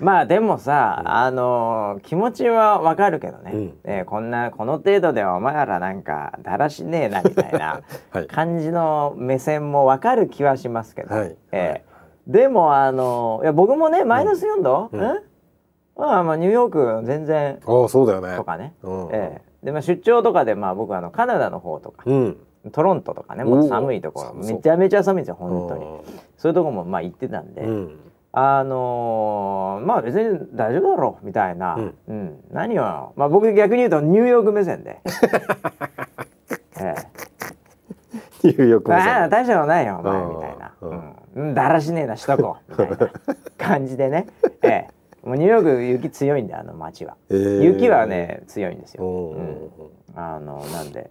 Speaker 1: ーまあでもさ、あのー気持ちはわかるけどね、
Speaker 2: うん
Speaker 1: えーこんなこの程度ではお前らなんかだらしねえなみたいな
Speaker 2: はい
Speaker 1: 感じの目線もわかる気はしますけど、
Speaker 2: はい
Speaker 1: えーでもあのーいや僕もねマイナス4度、うんんまあまあニューヨーク全然
Speaker 2: ああそうだよね
Speaker 1: とかね、
Speaker 2: うん
Speaker 1: えーでまあ、出張とかでまあ僕あのカナダの方とか、
Speaker 2: うん
Speaker 1: トロントとかねもう寒いと
Speaker 2: お
Speaker 1: こ
Speaker 2: お
Speaker 1: ろ
Speaker 2: 寒そう
Speaker 1: めちゃめちゃ寒いんですよ本当に、そういうとこもまあ行ってたんで。
Speaker 2: うん
Speaker 1: あのーまあ別に大丈夫だろうみたいな、
Speaker 2: う
Speaker 1: うんん何を、まあ、僕逆に言うとニューヨーク目線 で「え
Speaker 2: ニューヨー
Speaker 1: え、
Speaker 2: クもそう
Speaker 1: ああ
Speaker 2: だ
Speaker 1: 大したことないよお
Speaker 2: う
Speaker 1: 前」
Speaker 2: ん
Speaker 1: みたいな、
Speaker 2: う
Speaker 1: うんんうんだらしねえなしとこ う」みたいな感じでね、ええ、もうニューヨーク雪強いんであの街は、
Speaker 2: えー
Speaker 1: 雪はね強いんです
Speaker 2: う
Speaker 1: よ、
Speaker 2: んう
Speaker 1: うんんあのなんで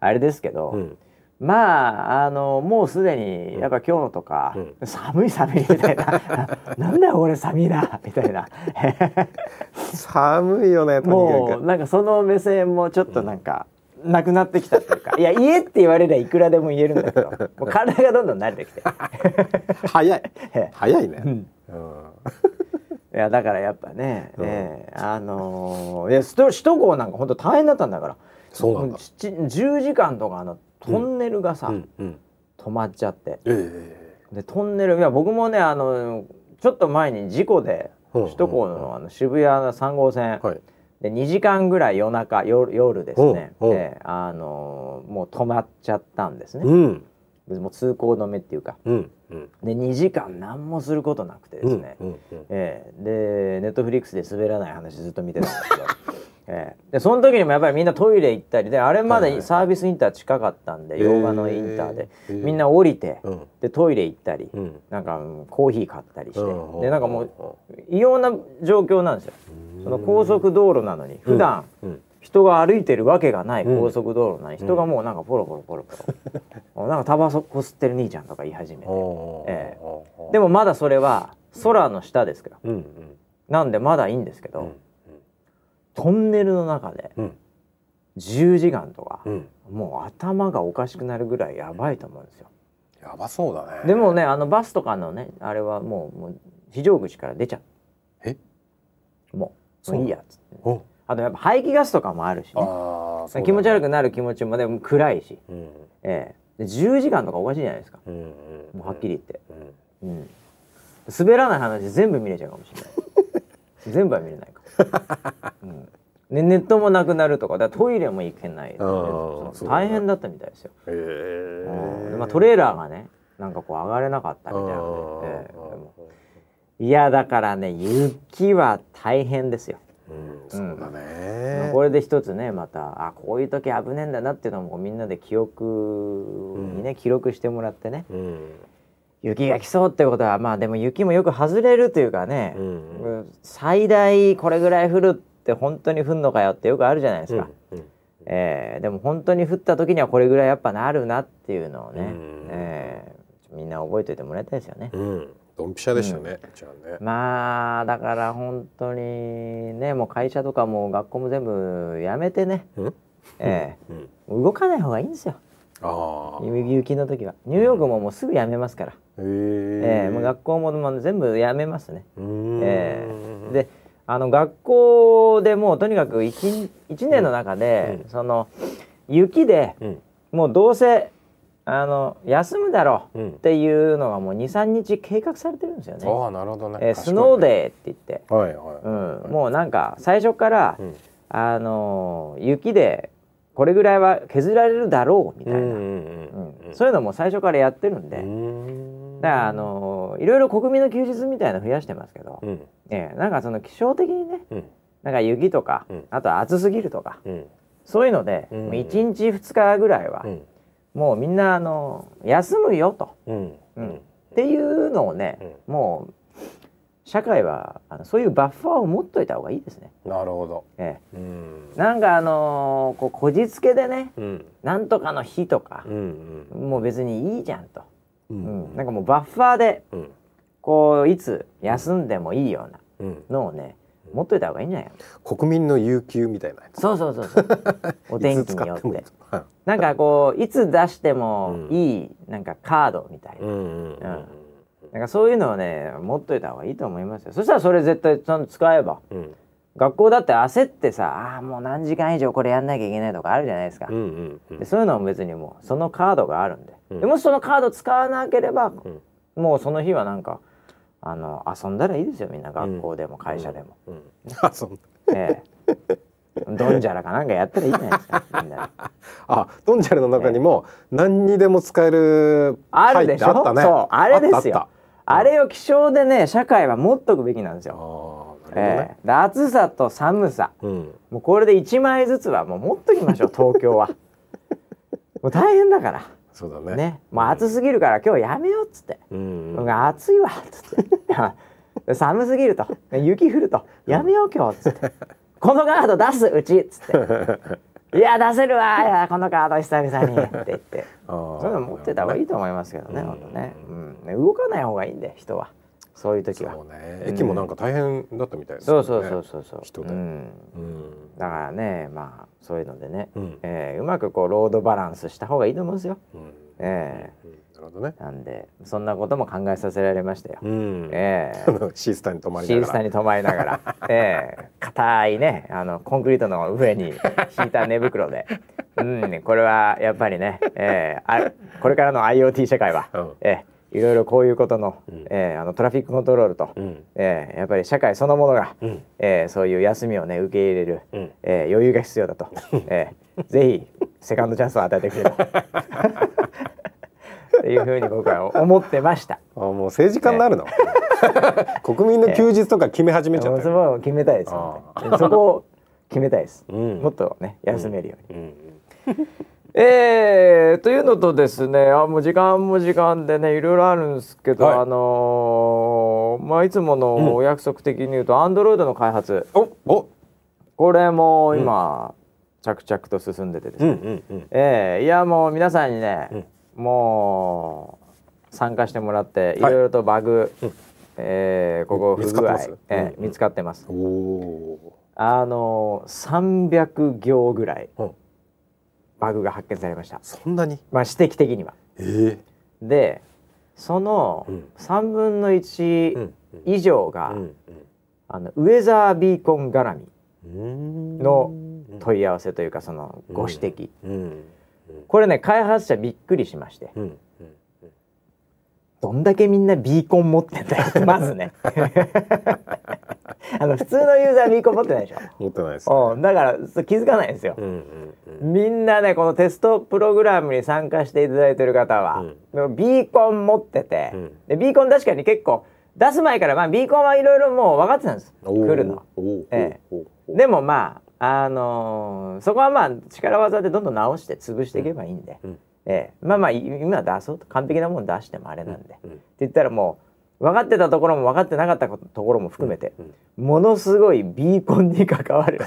Speaker 1: あれですけど、
Speaker 2: うんうん
Speaker 1: まああのもうすでにやっぱ今日とか、
Speaker 2: う
Speaker 1: 寒い寒いみ たいななんだよ俺寒いなみたいな
Speaker 2: 寒いよねと
Speaker 1: も
Speaker 2: に
Speaker 1: う
Speaker 2: か
Speaker 1: なんかその目線もちょっとなんか、なくなってきたっていう かいや家って言われりゃいくらでも言えるんだけどもう体がどんどん慣れてきて
Speaker 2: く早い早いね
Speaker 1: うん
Speaker 2: うん
Speaker 1: いやだからやっぱね、
Speaker 2: うん
Speaker 1: ええあのーいや首都首都高なんか本当大変だったんだから
Speaker 2: そうなんだ
Speaker 1: もち10時間とかあのトンネルがさ、
Speaker 2: うんうん
Speaker 1: 止まっちゃって。
Speaker 2: ええ
Speaker 1: でトンネルいや僕もねあのちょっと前に事故で
Speaker 2: うん
Speaker 1: 首都高のあの渋谷の3号線、
Speaker 2: はい
Speaker 1: で2時間ぐらい夜中夜夜ですね、
Speaker 2: うんうん
Speaker 1: であのもう止まっちゃったんですね、
Speaker 2: うん
Speaker 1: もう通行止めっていうか
Speaker 2: うんうん
Speaker 1: で2時間何もすることなくてです
Speaker 2: う
Speaker 1: ね、
Speaker 2: んうんうん
Speaker 1: ええでネットフリックスで滑らない話ずっと見てたんですけど、 ええでその時にもやっぱりみんなトイレ行ったりであれま
Speaker 2: はいはい
Speaker 1: でサービスインター近かったんで、洋画のインターで、
Speaker 2: へえ
Speaker 1: みんな降りて、
Speaker 2: うん
Speaker 1: でトイレ行ったり、
Speaker 2: うん
Speaker 1: なんかうんコーヒー買ったりして、
Speaker 2: うん
Speaker 1: でなんかもう異様な状況なんですよ。その高速道路なのに普段
Speaker 2: うん
Speaker 1: 人が歩いてるわけがない
Speaker 2: うん
Speaker 1: 高速道路なのに人がもうなんかポロポロポロ ポロなんかタバコ吸ってる兄ちゃんとか言い始めてええでも
Speaker 2: も
Speaker 1: まだそれは空の下ですけど
Speaker 2: うんうん
Speaker 1: なんでまだいいんですけ
Speaker 2: う
Speaker 1: ど、
Speaker 2: ん
Speaker 1: トンネルの中で
Speaker 2: うん
Speaker 1: 10時間とか
Speaker 2: う、ん
Speaker 1: もう頭がおかしくなるぐらいやばいと思うんですよ。
Speaker 2: やばそうだね
Speaker 1: でもねあのバスとかのねあれはもうもう非常口から出ちゃう
Speaker 2: え
Speaker 1: もう
Speaker 2: そう
Speaker 1: もういいやっつって
Speaker 2: うん
Speaker 1: あとやっぱ排気ガスとかもあるし、ね
Speaker 2: ああ
Speaker 1: 気持ち悪
Speaker 2: く
Speaker 1: くなる気持ちもでも暗いし、
Speaker 2: うん
Speaker 1: ええで10時間とかおかしいじゃないですか
Speaker 2: うんうん
Speaker 1: もうはっきり言って、
Speaker 2: うん
Speaker 1: うん、滑らない話全部見れちゃうかもしれない 全部は見れないか、 うんでネットもなくなるとかだからトイレも行けない、ね、
Speaker 2: あー
Speaker 1: そ
Speaker 2: そううだね
Speaker 1: 大変だったみたいですよ、
Speaker 2: へえ
Speaker 1: うんでまあ、トレーラーがねなんかこう上がれなかったみたいなので、ええでもいやだからね雪は大変ですよ。
Speaker 2: うんそうだね
Speaker 1: これで一つねまたあこういう時危ねえんだなっていうのもみんなで記憶にね、記録してもらってね
Speaker 2: うん
Speaker 1: 雪が来そうってことはまあでも雪もよく外れるというかね、
Speaker 2: うん
Speaker 1: 最大これぐらい降るって本当に降んのかよってよくあるじゃないですか、
Speaker 2: うんうん
Speaker 1: えーでも本当に降った時にはこれぐらいやっぱなるなっていうのをね、
Speaker 2: うん
Speaker 1: えーみんな覚えておいてもらいたいですよね。
Speaker 2: うんドンピシャでしたね、じゃあね
Speaker 1: まあだから本当にねもう会社とかも学校も全部やめてね、
Speaker 2: うん
Speaker 1: ええ
Speaker 2: うん
Speaker 1: 動かない方がいいんですよ
Speaker 2: ああ
Speaker 1: 雪の時はニューヨークももうすぐやめますから、
Speaker 2: へ
Speaker 1: ええ
Speaker 2: え
Speaker 1: もう学校ももう全部やめますね、
Speaker 2: うーん
Speaker 1: ええであの学校でもうとにかく 1, 年の中で、
Speaker 2: うん
Speaker 1: その雪で
Speaker 2: うん
Speaker 1: もうどうせあの休むだろ
Speaker 2: う
Speaker 1: うっ
Speaker 2: ん
Speaker 1: ていうのがもう23日計画されてるんですよね、
Speaker 2: ああなるほどね、
Speaker 1: ええ
Speaker 2: 賢い
Speaker 1: スノーデーって言って、
Speaker 2: はいは
Speaker 1: う
Speaker 2: い、
Speaker 1: ん、もうなんか最初から、
Speaker 2: うん
Speaker 1: あの雪でこれぐらいは削られるだろうみたいな、
Speaker 2: うん
Speaker 1: うんそういうのも最初からやってるんで、
Speaker 2: うん
Speaker 1: だからあのいろいろ国民の休日みたいなの増やしてますけど、
Speaker 2: うん
Speaker 1: ええなんかその気象的にね
Speaker 2: うん
Speaker 1: なんか雪とか、
Speaker 2: うん
Speaker 1: あとは暑すぎるとか
Speaker 2: うん
Speaker 1: そういうので、
Speaker 2: うん
Speaker 1: もう1日2日ぐらいは、
Speaker 2: うん
Speaker 1: もうみんなあの休むよと
Speaker 2: うんう
Speaker 1: うん
Speaker 2: ん
Speaker 1: っていうのをね、もう社会はあのそういうバッファーを持っといた方がいいですね。
Speaker 2: なるほど
Speaker 1: え
Speaker 2: うん
Speaker 1: えなんかあのこうこじつけでね
Speaker 2: うん
Speaker 1: なんとかの日とか
Speaker 2: う、ん
Speaker 1: もう別にいいじゃんと、
Speaker 2: う
Speaker 1: うんんなんかもうバッファーで
Speaker 2: うん
Speaker 1: こういつ休んでもいいような
Speaker 2: うん
Speaker 1: のをね持っといた方がいいんじゃないの
Speaker 2: 国民の有給みたいなやつ
Speaker 1: そうそう そうそうお天気によって
Speaker 2: いつ使もいいはい
Speaker 1: なんかこういつ出しても
Speaker 2: うん
Speaker 1: いい、なんかカードみたいな、
Speaker 2: うんうんうん
Speaker 1: なんかそういうのをね持っといた方がいいと思いますよそしたらそれ絶対ちゃんと使えば
Speaker 2: うん
Speaker 1: 学校だって焦ってさあーもう何時間以上これやんなきゃいけないとかあるじゃないですか、
Speaker 2: うんうんうん
Speaker 1: でそういうのも別にもうそのカードがあるんで,、
Speaker 2: うん
Speaker 1: でもしそのカード使わなければ
Speaker 2: うん
Speaker 1: もうその日はなんかあの遊んだらいいですよみんな学校でも会社でも、
Speaker 2: うんあそん
Speaker 1: ええドンジャラかなんかやったらいいじゃないですかみんなで
Speaker 2: あドンジャレの中にも何にでも使える
Speaker 1: あるでしょ
Speaker 2: 入ってあったね
Speaker 1: そうあれですよ
Speaker 2: あったあった
Speaker 1: あれを気象でね社会は持っとくべきなんです
Speaker 2: あ
Speaker 1: よ、
Speaker 2: ーなるほど
Speaker 1: え
Speaker 2: ね
Speaker 1: えで暑さと寒さ
Speaker 2: うん
Speaker 1: もうこれで1枚ずつはもう持っときましょ う東京はもう大変だか
Speaker 2: そうだ
Speaker 1: ら
Speaker 2: ね
Speaker 1: ねもう暑すぎるから今日やめようっつって、
Speaker 2: うん
Speaker 1: 僕が暑いわっつって 寒すぎると雪降るとやめよう今日っつってこのカード出すうちっつ っていや出せるわいやこのカード久々にって言って
Speaker 2: そ
Speaker 1: そういうの持ってた方がいいと思いますけどね本当ね、うん、ね動かない方がいいんで人はそういう時は
Speaker 2: そうね駅もなんか大変だったみたいです
Speaker 1: そ
Speaker 2: よ
Speaker 1: う
Speaker 2: ね
Speaker 1: そうそうそうそう、
Speaker 2: 人で
Speaker 1: うん、
Speaker 2: うん
Speaker 1: だからねまあそういうのでね、
Speaker 2: うん
Speaker 1: えーうまくこうロードバランスした方がいいと思うんですよ、
Speaker 2: うん
Speaker 1: え
Speaker 2: うんなるほどね
Speaker 1: ーなんでそんなことも考えさせられましたよ、
Speaker 2: うん
Speaker 1: えー
Speaker 2: あの シースターに泊まり
Speaker 1: シー
Speaker 2: な
Speaker 1: ス
Speaker 2: が
Speaker 1: タ
Speaker 2: ら
Speaker 1: ーに泊まりなが ら、ええ硬いねあのコンクリートの上に引いた寝袋で、うん、これはやっぱりね、ええあこれからの IoT 社会は、
Speaker 2: うん
Speaker 1: ええいろいろこういうことの,、
Speaker 2: ん
Speaker 1: ええあのトラフィックコントロールと、
Speaker 2: うん
Speaker 1: ええやっぱり社会そのものが、
Speaker 2: うん
Speaker 1: ええそういう休みをね受け入れる、
Speaker 2: うん
Speaker 1: ええ余裕が必要 だと、ええぜひセカンドチャンスを与えてくれと。っていうふうに僕は思ってました。
Speaker 2: あもう政治家になるの 国民の休日とか決め始めちゃった
Speaker 1: そ
Speaker 2: よ
Speaker 1: こを決めたいです
Speaker 2: あ
Speaker 1: 本当にそこを決めたい です、
Speaker 2: ん
Speaker 1: もっとね休めるように、
Speaker 2: うん
Speaker 1: えーというのとですねあもう時間も時間でねいろいろあるんですけど、
Speaker 2: はい
Speaker 1: あのーまあいつものお約束的に言うと、アンドロイドの開発
Speaker 2: おお
Speaker 1: これも今、着々と進んでてです
Speaker 2: う
Speaker 1: ね、
Speaker 2: んうんうん
Speaker 1: えーいやもう皆さんにね、もう参加してもらっていろいろとバグ、えーここ
Speaker 2: 見
Speaker 1: 不
Speaker 2: つかっ
Speaker 1: 具
Speaker 2: て
Speaker 1: 合
Speaker 2: ます、
Speaker 1: えー
Speaker 2: うん
Speaker 1: 見つかってます
Speaker 2: おお
Speaker 1: あの300行ぐらい
Speaker 2: ーうん
Speaker 1: バグが発見されました、
Speaker 2: そんなに
Speaker 1: まあ、指摘的には。
Speaker 2: え
Speaker 1: でその
Speaker 2: うん
Speaker 1: 3分の
Speaker 2: えう
Speaker 1: 1
Speaker 2: ん
Speaker 1: 以上が、
Speaker 2: うん
Speaker 1: あのウェザービーコン絡み
Speaker 2: うん
Speaker 1: の
Speaker 2: うん
Speaker 1: 問い合わせというかそのご指摘、
Speaker 2: うん
Speaker 1: これね開発者びっくりしまして
Speaker 2: うん
Speaker 1: どんだけみんなビーコン持ってんだよ ってまずね あの普通のユーザービーコン持ってないでし
Speaker 2: 持ってないですね
Speaker 1: ょ、うん、だからそう気づかないんですよ
Speaker 2: う、んうんうん
Speaker 1: みんなねこのテストプログラムに参加していただいてる方は、ビーコン持ってて、
Speaker 2: うん
Speaker 1: でビーコン確かに結構出す前から、まあ、ビーコンはいろいろもう分かってたんです
Speaker 2: おー
Speaker 1: 来るの。
Speaker 2: おー
Speaker 1: え
Speaker 2: おーおー
Speaker 1: でもまあ、あのーそこはまあ力技でどんどん直して潰していけばいいんで、
Speaker 2: うん
Speaker 1: ええまあまあい今出そうと完璧なもの出してもあれなんで、って
Speaker 2: うん
Speaker 1: 言ったらもう分かってたところも分かってなかったことところも含めて、ものすごいビーコンに関わ る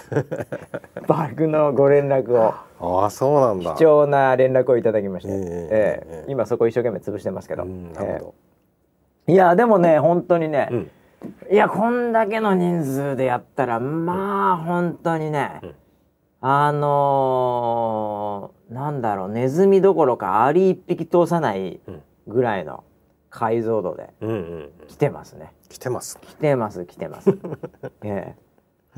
Speaker 1: バグのご連絡を
Speaker 2: ああそうなんだ
Speaker 1: 貴重な連絡をいただきまして、
Speaker 2: ええ
Speaker 1: え
Speaker 2: え
Speaker 1: え
Speaker 2: え
Speaker 1: 今そこ一生懸命潰してますけど、
Speaker 2: うんなるほど、
Speaker 1: ええいやでもね本当にね、
Speaker 2: うん
Speaker 1: いやこんだけの人数でやったらまあ本当にね、
Speaker 2: うん
Speaker 1: あのーなんだろうネズミどころかアリ一匹通さない
Speaker 2: うん
Speaker 1: ぐらいの解像度で
Speaker 2: うんうんうん
Speaker 1: 来てますね
Speaker 2: 来てますね
Speaker 1: 来てます来て ます、ええ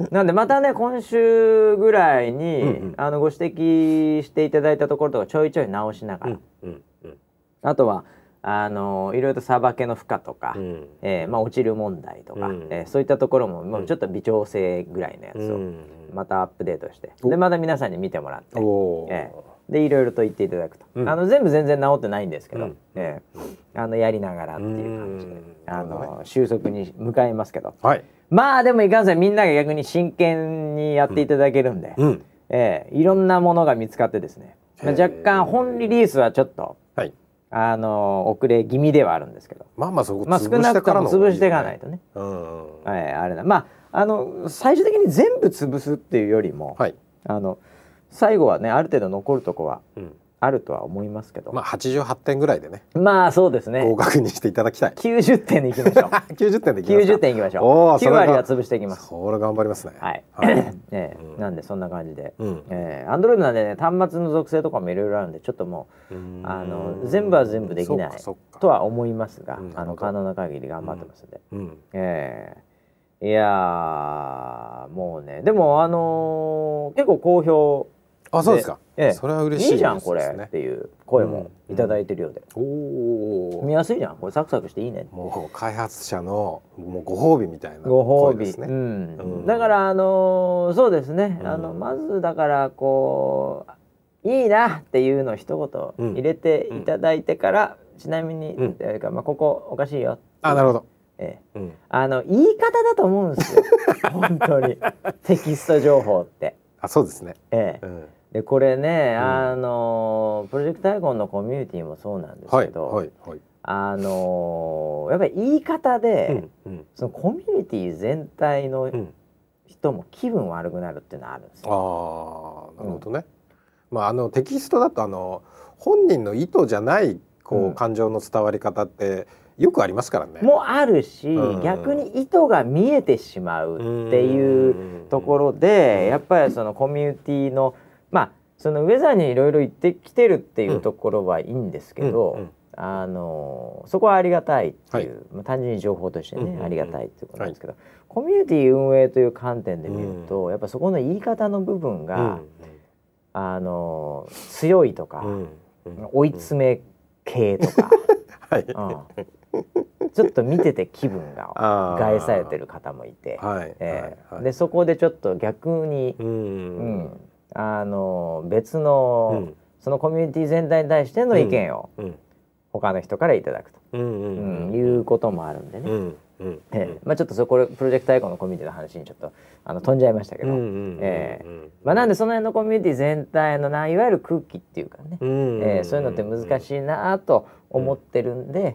Speaker 1: なんでまたね今週ぐらいに、
Speaker 2: うんうん
Speaker 1: あのご指摘していただいたところとかちょいちょい直しなが
Speaker 2: う
Speaker 1: ら、
Speaker 2: んうんうん
Speaker 1: あとはあのーいろいろとさばけの負荷とか、
Speaker 2: うん
Speaker 1: えーまあ、落ちる問題とか、
Speaker 2: うん
Speaker 1: えーそういったところももううんちょっと微調整ぐらいのやつ
Speaker 2: うんう
Speaker 1: を
Speaker 2: ん
Speaker 1: またアップデートして、
Speaker 2: お
Speaker 1: でまた皆さんに見てもらって
Speaker 2: お、お
Speaker 1: えーでいろいろと言っていただくと、
Speaker 2: うん
Speaker 1: あの全部全然治ってないんですけど、
Speaker 2: うん
Speaker 1: えーあのやりながらっていう感じで、
Speaker 2: うん
Speaker 1: あ
Speaker 2: なるほ
Speaker 1: の収束に向かいますけど
Speaker 2: はい
Speaker 1: まあでもいかんせんみんなが逆に真剣にやっていただけるんで、
Speaker 2: うん
Speaker 1: えーいろんなものが見つかってですね、まあ、
Speaker 2: へー
Speaker 1: 若干本リリースはちょっと、
Speaker 2: はい
Speaker 1: あの遅れ気味ではあるんですけど、
Speaker 2: まあまあそこ
Speaker 1: まあ、少
Speaker 2: 潰し
Speaker 1: な
Speaker 2: て
Speaker 1: く
Speaker 2: か
Speaker 1: と
Speaker 2: ら
Speaker 1: も
Speaker 2: の
Speaker 1: 潰していかない
Speaker 2: と
Speaker 1: とね。
Speaker 2: うんうん
Speaker 1: はい、あれだまああの最終的に全部潰すっていうよりも、
Speaker 2: はい
Speaker 1: あの最後はねある程度残るとこは
Speaker 2: うん
Speaker 1: あるとは思いますけどま
Speaker 2: まあ88点ぐらいでね
Speaker 1: あ、そうですね
Speaker 2: 合格にしていただき たい
Speaker 1: 90点でいきましょう
Speaker 2: 90点でいきますか
Speaker 1: 90点いきまし
Speaker 2: お
Speaker 1: ょ
Speaker 2: ー
Speaker 1: う
Speaker 2: そ
Speaker 1: 9
Speaker 2: れ
Speaker 1: 割
Speaker 2: が
Speaker 1: は潰していきます
Speaker 2: それ頑張りますね
Speaker 1: はい、ええ
Speaker 2: うん
Speaker 1: なんでそんな感じで、
Speaker 2: うん
Speaker 1: ええアンドロイドなんでね端末の属性とかもいろいろあるんでちょっとも
Speaker 2: うん
Speaker 1: あの全部は全部できない
Speaker 2: そっかそっ
Speaker 1: う
Speaker 2: か
Speaker 1: とは思いますが、
Speaker 2: うんな
Speaker 1: あ
Speaker 2: る
Speaker 1: の
Speaker 2: ほど
Speaker 1: 可能な限り頑張ってますんで、
Speaker 2: うん
Speaker 1: ええいやーもうねでもあのー結構好評
Speaker 2: あそうですか
Speaker 1: ええ
Speaker 2: それは嬉しい
Speaker 1: いいじゃん
Speaker 2: ニ
Speaker 1: こ
Speaker 2: ュースです
Speaker 1: れ
Speaker 2: ね
Speaker 1: っていう声もいただいてるようで、
Speaker 2: お
Speaker 1: 見
Speaker 2: お
Speaker 1: やすいじゃんこれサクサクしていいね
Speaker 2: もう開発者のもうご褒美みたいな
Speaker 1: ご褒
Speaker 2: 声で
Speaker 1: 美、
Speaker 2: す
Speaker 1: う
Speaker 2: ね
Speaker 1: ん
Speaker 2: うん
Speaker 1: だからあのーそうですね、
Speaker 2: うん
Speaker 1: あのまずだからこういいなっていうのを一言入れていただいてから、ちなみに、
Speaker 2: うん
Speaker 1: というかまあ、ここおかしいよ、
Speaker 2: あなるほど
Speaker 1: ええ、
Speaker 2: うん
Speaker 1: あの言い方だと思うん ですよ本当にテキスト情報って。
Speaker 2: あそうですね
Speaker 1: ええ
Speaker 2: うん
Speaker 1: でこれね、
Speaker 2: ん
Speaker 1: あのープロジェクトアイコンのコミュニティもそうなんです
Speaker 2: は
Speaker 1: け
Speaker 2: い
Speaker 1: ど、
Speaker 2: はいはい
Speaker 1: あのーやっぱり言い方で、
Speaker 2: うんうん
Speaker 1: そのコミュニティ全体の
Speaker 2: うん
Speaker 1: 人も気分悪くなるっていうのはあるんです
Speaker 2: ああ
Speaker 1: よ。
Speaker 2: なるほどねまああのテキストだとあの本人の意図じゃないこ
Speaker 1: うん
Speaker 2: う感情の伝わり方ってよくありますからね
Speaker 1: もあるし、
Speaker 2: うん
Speaker 1: 逆に意図が見えてしまうっていう
Speaker 2: う
Speaker 1: とこ
Speaker 2: ろ
Speaker 1: ろで、やっぱりそのコミュニティのまあそのウェザーにいろいろ行ってきてるっていうところはいいんですけど、あのそこはありがたいっていう、まあ単純に情報としてね、
Speaker 2: うんうんうん
Speaker 1: ありがたいっていうことなんですけど、コミュニティ運営という観点で見ると、やっぱそこの言い方の部分が、あの強いとか、追い詰め系とか、
Speaker 2: めはい
Speaker 1: うんちょっと見てて気分が
Speaker 2: あー
Speaker 1: 害されてる方もいて、
Speaker 2: はい
Speaker 1: えー
Speaker 2: はいはい
Speaker 1: でそこでちょっと逆に、
Speaker 2: う
Speaker 1: うんんあの別の、
Speaker 2: うん
Speaker 1: そのコミュニティ全体に対しての意見を
Speaker 2: うん
Speaker 1: 他の人からいただくと、
Speaker 2: うんう
Speaker 1: うんん
Speaker 2: うん
Speaker 1: いうこともあるんでね。
Speaker 2: うんうん
Speaker 1: ええまあちょっとそこれプロジェクトアイコンのコミュニティの話にちょっとあの飛んじゃいましたけ
Speaker 2: う
Speaker 1: ど、
Speaker 2: んうん
Speaker 1: ええ
Speaker 2: うん
Speaker 1: まあなんでその辺のコミュニティ全体のないわゆる空気っていうかね、
Speaker 2: うん
Speaker 1: ええそういうのって難しいなぁと思ってるんで、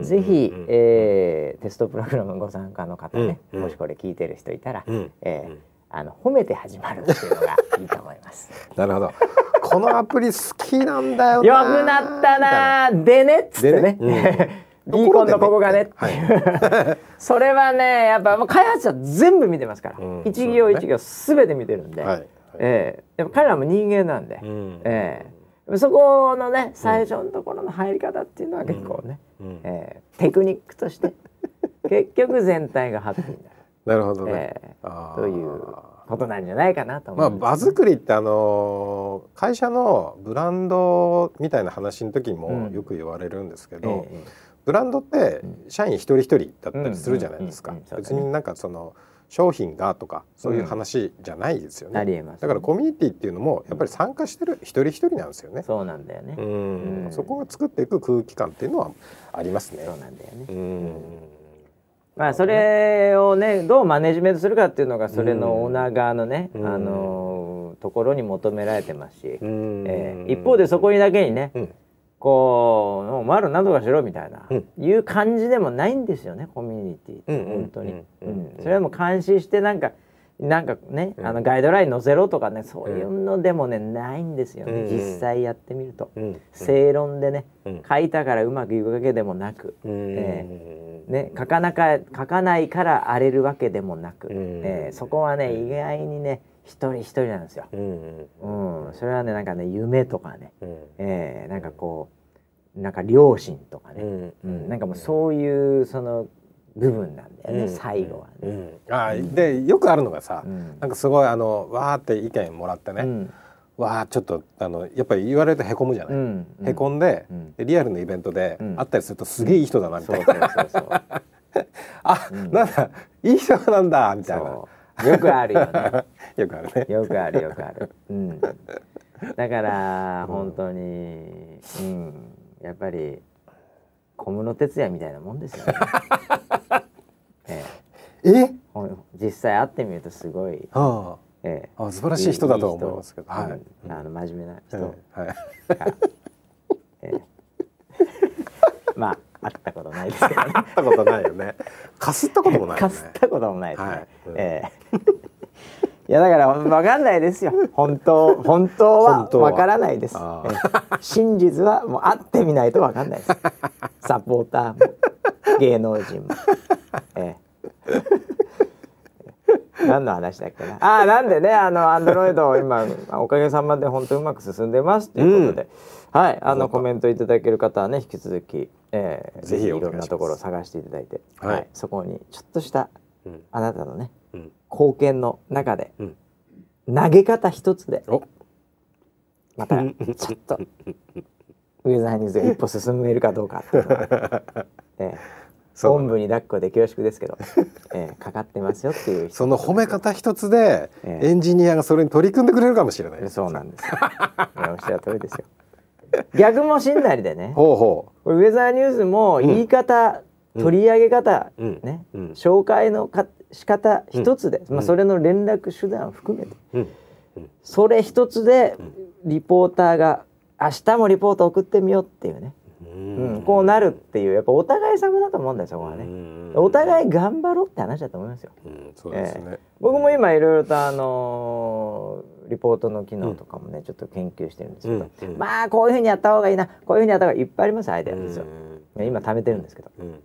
Speaker 2: い
Speaker 1: ぜひ、えーテストプログラムご参加の方ね、
Speaker 2: うんうん
Speaker 1: もしこれ聞いてる人いたら、
Speaker 2: うん
Speaker 1: えー
Speaker 2: うん
Speaker 1: あの褒めて始まるっていうのがいいと思います。
Speaker 2: なるほどこのアプリ好きなんだよ
Speaker 1: よくなったなーでねっつってね
Speaker 2: でね
Speaker 1: ビーコンのここがねって
Speaker 2: はい
Speaker 1: いう それはねやっぱもう開発者全部見てますから、
Speaker 2: うん
Speaker 1: 一行
Speaker 2: そう
Speaker 1: 一
Speaker 2: だね
Speaker 1: 行すべて見てるんで、
Speaker 2: はい
Speaker 1: ええでも彼らも人間なんで、
Speaker 2: うん
Speaker 1: ええそこのね最初のところの入り方っていうのは結構ね、
Speaker 2: うん
Speaker 1: ええテクニックとして 結局全体がハッピーになる、
Speaker 2: なるほどね
Speaker 1: ええ
Speaker 2: あー
Speaker 1: ということなんじゃないかなと思
Speaker 2: まあ
Speaker 1: いま
Speaker 2: 場
Speaker 1: す、
Speaker 2: 作りってあのー会社のブランドみたいな話の時にも
Speaker 1: うん
Speaker 2: よく言われるんですけ
Speaker 1: え
Speaker 2: ど、
Speaker 1: ええ
Speaker 2: ブランドって
Speaker 1: うん
Speaker 2: 社員一人一人だったりするじゃないですか、
Speaker 1: うんうんうんうんそうだ
Speaker 2: 別
Speaker 1: ね
Speaker 2: になんかその商品がとかそういう話じゃないですよ
Speaker 1: えあ
Speaker 2: ね、
Speaker 1: りえます、
Speaker 2: だからコミュニティっていうのもやっぱり参加してる一人一人なんですよね
Speaker 1: そうなんだよね、
Speaker 2: うん
Speaker 1: うん
Speaker 2: そこが作っていく空気感っていうのはありますね
Speaker 1: そうなんだよね、
Speaker 2: うん
Speaker 1: まあそれをねどうマネジメントするかっていうのがそれのオーナー側のね、
Speaker 2: うん
Speaker 1: あのーところに求められてますし、
Speaker 2: うん
Speaker 1: ええ一方でそこにだけにね、
Speaker 2: うん
Speaker 1: こう「お前ら何とかしろ」みたいな、
Speaker 2: うん
Speaker 1: いう感じでもないんですよねコミュニティって
Speaker 2: うんうん
Speaker 1: 本当に、
Speaker 2: うんうん
Speaker 1: うんそれはもう監視してなんかなんかね、
Speaker 2: うん
Speaker 1: あのガイドライン載せろとかねそういうのでもね、ないんですよね、
Speaker 2: うんうん
Speaker 1: 実際やってみると、
Speaker 2: うん
Speaker 1: 正論でね
Speaker 2: うん
Speaker 1: 書いたからうまくいくわけでもなく、
Speaker 2: うん
Speaker 1: ね、書かなか書かないから荒れるわけでもなく、
Speaker 2: うん
Speaker 1: えーそこはね意外にね一人一人なんですよ。
Speaker 2: うん
Speaker 1: うん、それはねなんかね夢とかね、
Speaker 2: うん
Speaker 1: えーなんかこうなんか両親とか
Speaker 2: う
Speaker 1: ね、
Speaker 2: ん
Speaker 1: うんなんかもうそういうその部分なんだよね、
Speaker 2: うん
Speaker 1: 最後は
Speaker 2: う
Speaker 1: ね。
Speaker 2: んあーでよくあるのがさ、
Speaker 1: うん
Speaker 2: なんかすごいあのわーって意見もらってね、
Speaker 1: うん
Speaker 2: わあちょっとあのやっぱり言われるとへこむじゃない、
Speaker 1: うん
Speaker 2: へこんで,で、
Speaker 1: うん
Speaker 2: リアルのイベントで
Speaker 1: うん
Speaker 2: 会ったりするとすげえいい人だなみた
Speaker 1: そ
Speaker 2: いうな、
Speaker 1: そうそうそう
Speaker 2: あ、
Speaker 1: うん
Speaker 2: なんだいい人なんだみたいな
Speaker 1: そうよくあるよね。
Speaker 2: よくあるね
Speaker 1: よくあるよくある。うん、だから本当に、うん、やっぱり小室哲哉みたいなもんですよ ね。ええ
Speaker 2: え
Speaker 1: ほん実際会ってみるとすごい、
Speaker 2: あ
Speaker 1: ええ
Speaker 2: ああ素晴らしい人だとは思いますけど
Speaker 1: いい
Speaker 2: はい、
Speaker 1: 人
Speaker 2: うん
Speaker 1: うんあの真面目な人、
Speaker 2: はい、
Speaker 1: まあ会ったことないですけどね。
Speaker 2: 会ったことないよねかすったこともないよ
Speaker 1: か
Speaker 2: ね
Speaker 1: すったこともないですね。
Speaker 2: はいうん
Speaker 1: ええいやだからわかんないですよ。本当本当は
Speaker 2: 本当は
Speaker 1: わからないです。
Speaker 2: あ
Speaker 1: ええ真実はもう会ってみないとわかんないです。サポーターも芸能人も。ええ何の話だっけな。ああなんでねあのアンドロイド今おかげさまで本当うまく進んでますということで、はいあのコメントいただける方はね引き続き、ええ
Speaker 2: ぜひ
Speaker 1: い
Speaker 2: お願いしま
Speaker 1: ろんな
Speaker 2: す
Speaker 1: ところ探していただいて、
Speaker 2: はい
Speaker 1: そこにちょっとした
Speaker 2: うん
Speaker 1: あなたのね
Speaker 2: うん
Speaker 1: 貢献の中で
Speaker 2: うん
Speaker 1: 投げ方一つで
Speaker 2: お
Speaker 1: またちょっとウェザーニューズが一歩進めるかどうかっていうのが、 ええ、
Speaker 2: そう
Speaker 1: 本部に抱っこで恐縮ですけど、ええ、かかってますよっていう人
Speaker 2: その褒め方一つで、
Speaker 1: ええ
Speaker 2: エンジニアがそれに取り組んでくれるかもしれないです
Speaker 1: そうなんですよ、ええおっしゃる通りですよ逆もしんなりでね
Speaker 2: ほうほ
Speaker 1: これウェザーニューズも言い方、取り上げ方、
Speaker 2: うん
Speaker 1: ね、
Speaker 2: うん
Speaker 1: 紹介のか仕方一つで、まあ、それの連絡手段を含めて、
Speaker 2: う、うん、
Speaker 1: それ一つでリポーターが明日もリポート送ってみようっていうね、うんこうなるっていうやっぱお互い様だと思うんだよそこはね、
Speaker 2: うん
Speaker 1: お互い頑張ろうって話だと思いますよ、
Speaker 2: うんそうですね、
Speaker 1: ええ僕も今いろいろとあのーリポートの機能とかもね、ちょっと研究してるんですけど、
Speaker 2: うんうん
Speaker 1: まあこういうふうにやった方がいいなこういうふうにやった方がいいっぱいありますアイデアですよ、
Speaker 2: うん
Speaker 1: 今貯めてるんですけど、
Speaker 2: うん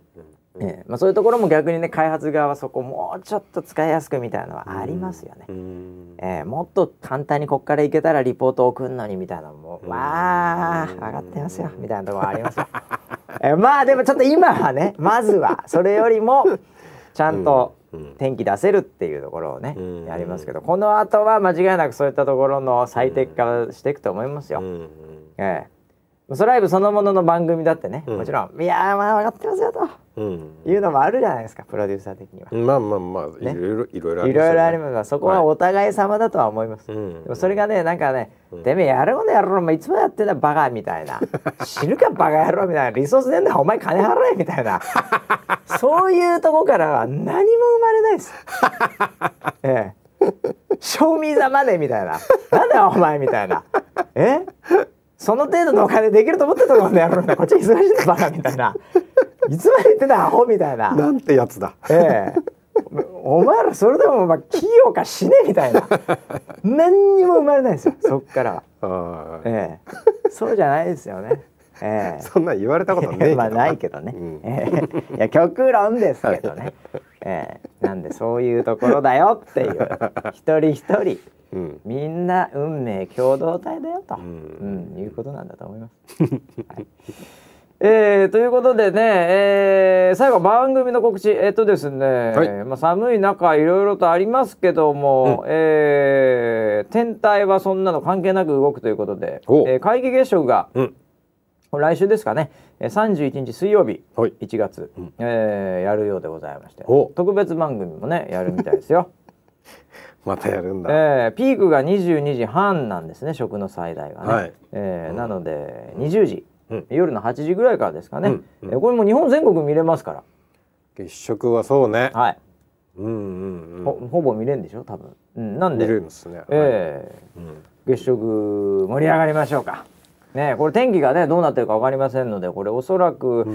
Speaker 1: ええまあ、そういうところも逆にね開発側はそこもうちょっと使いやすくみたいなのはありますよね、
Speaker 2: うん
Speaker 1: えー、もっと簡単にこっから行けたらリポート送んのにみたいなのもまあ分かってますよみたいなところありますよ、えーまあでもちょっと今は ねまずはそれよりもちゃんと天気出せるっていうところをね
Speaker 2: うん
Speaker 1: やりますけどこの後は間違いなくそういったところの最適化していくと思いますよ、
Speaker 2: うん
Speaker 1: えースライブそのものの番組だってね、
Speaker 2: うん
Speaker 1: もちろん「いやーまあ分かってますよ」と
Speaker 2: うん
Speaker 1: いうのもあるじゃないですかプロデューサー的には。
Speaker 2: まあまあまあ、いろいろいろいろ
Speaker 1: いろいろあり
Speaker 2: ま
Speaker 1: ますがそこはお互い様だとは思います。
Speaker 2: すよね。
Speaker 1: でもそれがねなんかね「てめえやろうのやろうもいつもやってんだバカ」みた いな「死ぬかバカ野郎」みたいな「リソースねえんだお前金払え」みたい なそういうとこからは何も生まれない です。ええ賞味ザマネーみたいな「なんだよお前」みたいな「えその程度のお金できると思ってたもんねやろうなこっち忙しいんだバカ」みたいな「いつまで言ってんだアホ」みたいな。
Speaker 2: なんてやつだ。
Speaker 1: ええ、お前らそれでもお前器用か死ねみたいな何にも生まれないですよそっからは、
Speaker 2: ああ
Speaker 1: ええ、そうじゃないですよね、え
Speaker 2: そんなん言われたことね え
Speaker 1: まあないけ
Speaker 2: ど。
Speaker 1: どね、
Speaker 2: うん
Speaker 1: ええいや極論ですけどね、ええ、なんでそういうところだよっていう一人一人
Speaker 2: うん。
Speaker 1: みんな運命共同体だよと、うんんいうことなんだと思います。 はいえーということでね、えー最後番組の告知えっ、とですね、
Speaker 2: い
Speaker 1: まあ、寒い中いろいろとありますけども、えー天体はそんなの関係なく動くということで、え
Speaker 2: お
Speaker 1: ー皆既月食が
Speaker 2: うん。
Speaker 1: 来週ですかね、えー31日水曜日
Speaker 2: はい。
Speaker 1: 1月、
Speaker 2: ん
Speaker 1: えーやるようでございまして
Speaker 2: お
Speaker 1: 特別番組もねやるみたいです よ。
Speaker 2: またやるんだ。
Speaker 1: えーピークが22時半なんですね食の最大がね、
Speaker 2: はい
Speaker 1: えーなので20時、
Speaker 2: うん
Speaker 1: 夜の8時ぐらいからですかね、
Speaker 2: うんうん
Speaker 1: えーこれもう日本全国見れますか
Speaker 2: 月食はそうね
Speaker 1: ら、。はい、
Speaker 2: うんうんう
Speaker 1: ほ
Speaker 2: ん。
Speaker 1: ほぼ見れるんでしょ多分、うん、なん
Speaker 2: 見
Speaker 1: で、
Speaker 2: るんですね。はい
Speaker 1: えー
Speaker 2: うん
Speaker 1: 月食盛り上がりましょうかねこれ天気がねどうなってるか分かりませんのでこれおそらく、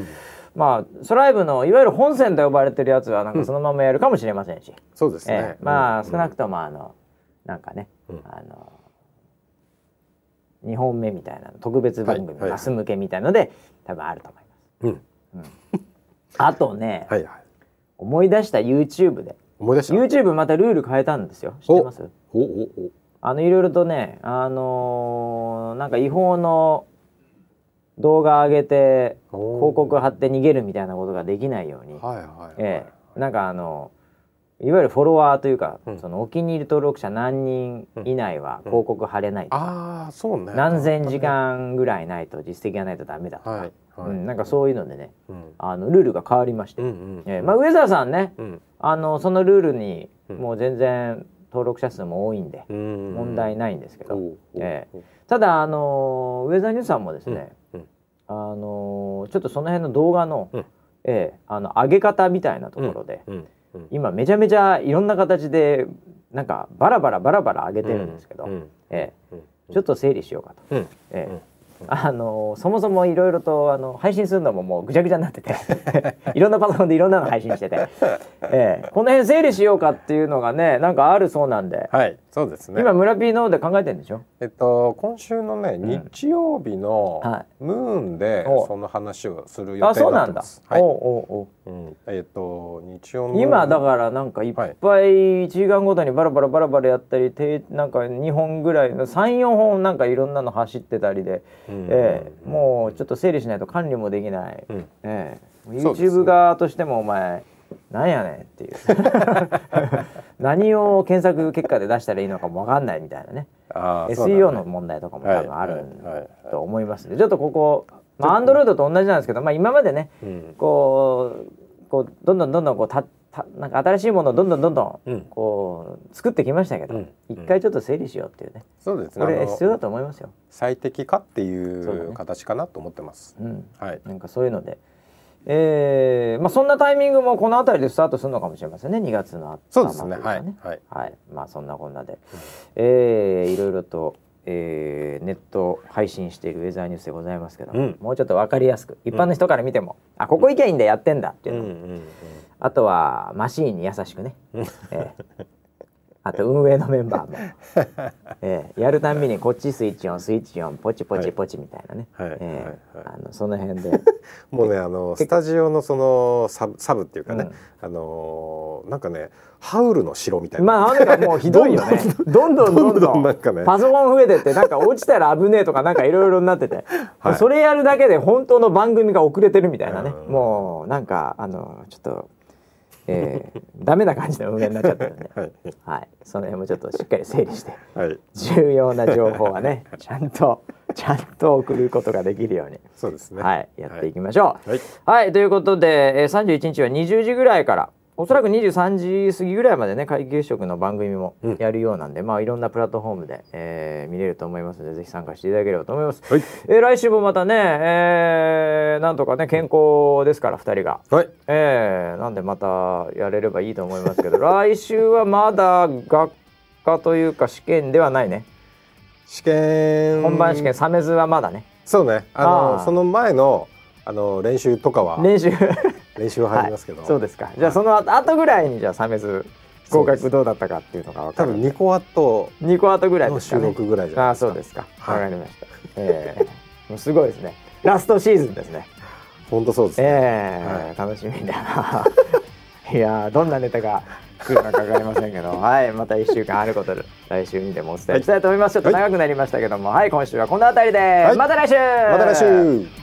Speaker 1: まあソライブのいわゆる本線と呼ばれてるやつはなんかそのままやるかもしれませんし、
Speaker 2: そうです
Speaker 1: え
Speaker 2: ね
Speaker 1: え。まあ
Speaker 2: うん
Speaker 1: 少なくともあのなんかね、
Speaker 2: うん
Speaker 1: あの2本目みたいなの特別番組、
Speaker 2: はいはい
Speaker 1: 明日向けみたいので多分あると思います。
Speaker 2: うん
Speaker 1: あとね、
Speaker 2: はいはい。
Speaker 1: 思い出した YouTube で
Speaker 2: 思い出した。
Speaker 1: YouTube またルール変えたんですよ知ってます
Speaker 2: おおお。
Speaker 1: あのいろいろとねあのーなんか違法の動画上げて
Speaker 2: お
Speaker 1: 広告貼って逃げるみたいなことができないように、
Speaker 2: はいはい、はい
Speaker 1: ええ、なんかあのいわゆるフォロワーというか、
Speaker 2: うん
Speaker 1: そのお気に入り登録者何人以内は広告貼れないとか、
Speaker 2: ああそうね
Speaker 1: 何千時間ぐらいないと実績がないとダメだとか、
Speaker 2: はい、はい
Speaker 1: うん、なんかそういうのでね
Speaker 2: うん
Speaker 1: あのルールが変わりまして、
Speaker 2: うんうん
Speaker 1: ええまあ、上澤さんね
Speaker 2: うん
Speaker 1: あのそのルールに
Speaker 2: うん
Speaker 1: もう全然登録者数も多いんで、
Speaker 2: うん
Speaker 1: 問題ないんですけど、
Speaker 2: おうおう
Speaker 1: えただあのウェザーニュースさんもですね、
Speaker 2: うんうん
Speaker 1: あのちょっとその辺の動画の、
Speaker 2: うん
Speaker 1: ええあの上げ方みたいなところで、
Speaker 2: うんうん
Speaker 1: 今めちゃめちゃいろんな形でなんかバラバラバラバラ上げてるんですけど、
Speaker 2: うん
Speaker 1: え
Speaker 2: うん
Speaker 1: えちょっと整理しようかと。
Speaker 2: うん
Speaker 1: ええ
Speaker 2: うん
Speaker 1: あのそもそもいろいろとあの配信するのももうぐちゃぐちゃになってて いろんなパソコンでいろんなの配信してて、ええこの辺整理しようかっていうのがねなんかあるそうなんで、
Speaker 2: はいそうですね
Speaker 1: 今村 P の方で考えてるんでしょ
Speaker 2: えっと今週のね
Speaker 1: ん
Speaker 2: 日曜日の
Speaker 1: は
Speaker 2: ムーンで
Speaker 1: おう
Speaker 2: その話をする予
Speaker 1: あ
Speaker 2: 定
Speaker 1: そう
Speaker 2: にな
Speaker 1: な
Speaker 2: って
Speaker 1: んだ
Speaker 2: ま、す
Speaker 1: おう
Speaker 2: は
Speaker 1: おうおう
Speaker 2: い、うん、えっと日曜の
Speaker 1: 今だからなんかいっぱい1時間ごとにバラバラバラバラやったりてなんか2本ぐらいの34本なんかいろんなの走ってたりで、
Speaker 2: うん
Speaker 1: ええもうちょっと整理しないと管理もできない、
Speaker 2: うん
Speaker 1: ええ
Speaker 2: そうですね
Speaker 1: YouTube 側としてもお前なんやねん っていう何を検索結果で出したらいいのかもわかんないみたいなね
Speaker 2: あーそうだね
Speaker 1: SEO の問題とかも多分ある
Speaker 2: はいはいはい
Speaker 1: と思いますねちょっとここまあ Android と同じなんですけど、まあ、今までね
Speaker 2: うん
Speaker 1: こうこうどんどんどんどんこうたたなんか新しいものをどんどんどんど
Speaker 2: うん
Speaker 1: んこう作ってきましたけど、
Speaker 2: うん
Speaker 1: 一回ちょっと整理しようっていうね、
Speaker 2: そうですね
Speaker 1: こ
Speaker 2: あ
Speaker 1: れ
Speaker 2: の
Speaker 1: 必要だと思いますよ。
Speaker 2: 最適化って
Speaker 1: そうだ
Speaker 2: い
Speaker 1: ね
Speaker 2: う形かなと思ってます、
Speaker 1: うん、
Speaker 2: はい
Speaker 1: なんかそういうので、えーまあ、そんなタイミングもこの辺りでスタートするのかもしれませんね2月の頭
Speaker 2: そうですね
Speaker 1: といか
Speaker 2: はいはい
Speaker 1: はいまあそんなこんなで、えーいろいろと、えーネット配信しているウェザーニュースでございますけど、
Speaker 2: うん
Speaker 1: もうちょっと分かりやすく一般の人から見ても、あここ意見でやってんだっていううの
Speaker 2: ん
Speaker 1: も、
Speaker 2: うん
Speaker 1: あとはマシーンに優しくね、ええあと運営のメンバーも、 ええやるたんびにこっちスイッチオンスイッチオンポチポチポチみたいなね、
Speaker 2: はいはい
Speaker 1: ええ
Speaker 2: はいは
Speaker 1: あのその辺で
Speaker 2: もうねあのスタジオのそのサブサブっていうか
Speaker 1: う
Speaker 2: ね、
Speaker 1: ん
Speaker 2: あのーなんかねハウルの城みたいな、
Speaker 1: まあなんかもうひどいよねどんどんどんどん
Speaker 2: どんどんなんかね
Speaker 1: パソコン増えてってなんか落ちたら危ねえとかなんかいろいろになってて、
Speaker 2: はい
Speaker 1: それやるだけで本当の番組が遅れてるみたいなね、
Speaker 2: うん
Speaker 1: もうなんかあのちょっと、ええ ダメな感じの運営になっちゃってるんで、
Speaker 2: はい
Speaker 1: はい、その辺もちょっとしっかり整理して。
Speaker 2: はい
Speaker 1: 重要な情報はねちゃんとちゃんと送ることができるように、
Speaker 2: そうですね
Speaker 1: はい、やっていきましょう。
Speaker 2: はい
Speaker 1: はいということで、えー、31日は20時ぐらいからおそらく23時過ぎぐらいまでね会計食の番組も
Speaker 2: うん
Speaker 1: やるようなんで、まあいろんなプラットフォームで、えー見れると思いますのでぜひ参加していただければと思います。
Speaker 2: はい
Speaker 1: えー来週もまたね、えーなんとかね健康ですから2人が。
Speaker 2: はい
Speaker 1: ええなんでまたやれればいいと思い ますけど来週はまだ学科というか試験ではないね
Speaker 2: 試験
Speaker 1: 本番試験サメズはまだね
Speaker 2: そうねあの
Speaker 1: あー
Speaker 2: その前のあの練習とかは、
Speaker 1: 練習
Speaker 2: 練習は入りますけど、
Speaker 1: そうですかじゃあその後後ぐらいにじゃあサメズ合
Speaker 2: そうで
Speaker 1: 格どうだったかっていうのが分か
Speaker 2: 多
Speaker 1: る
Speaker 2: 分ニコアット
Speaker 1: 2個後ぐらい
Speaker 2: の
Speaker 1: ですか
Speaker 2: 収
Speaker 1: ね
Speaker 2: 録ぐらいじゃない
Speaker 1: ああ
Speaker 2: ですか
Speaker 1: そうですかわ、
Speaker 2: はい
Speaker 1: かりましたええもうすごいですねラストシーズン ですね
Speaker 2: 本当そうです、ね
Speaker 1: ええ
Speaker 2: はい
Speaker 1: 楽しみだ ないやーどんなネタが来るのか分かりませんけど はいまた1週間あることで来週にでもお伝えしたいと思います、ちょっと長くなりましたけどもはい、今週はこの辺りで、
Speaker 2: はい
Speaker 1: また来週
Speaker 2: また来週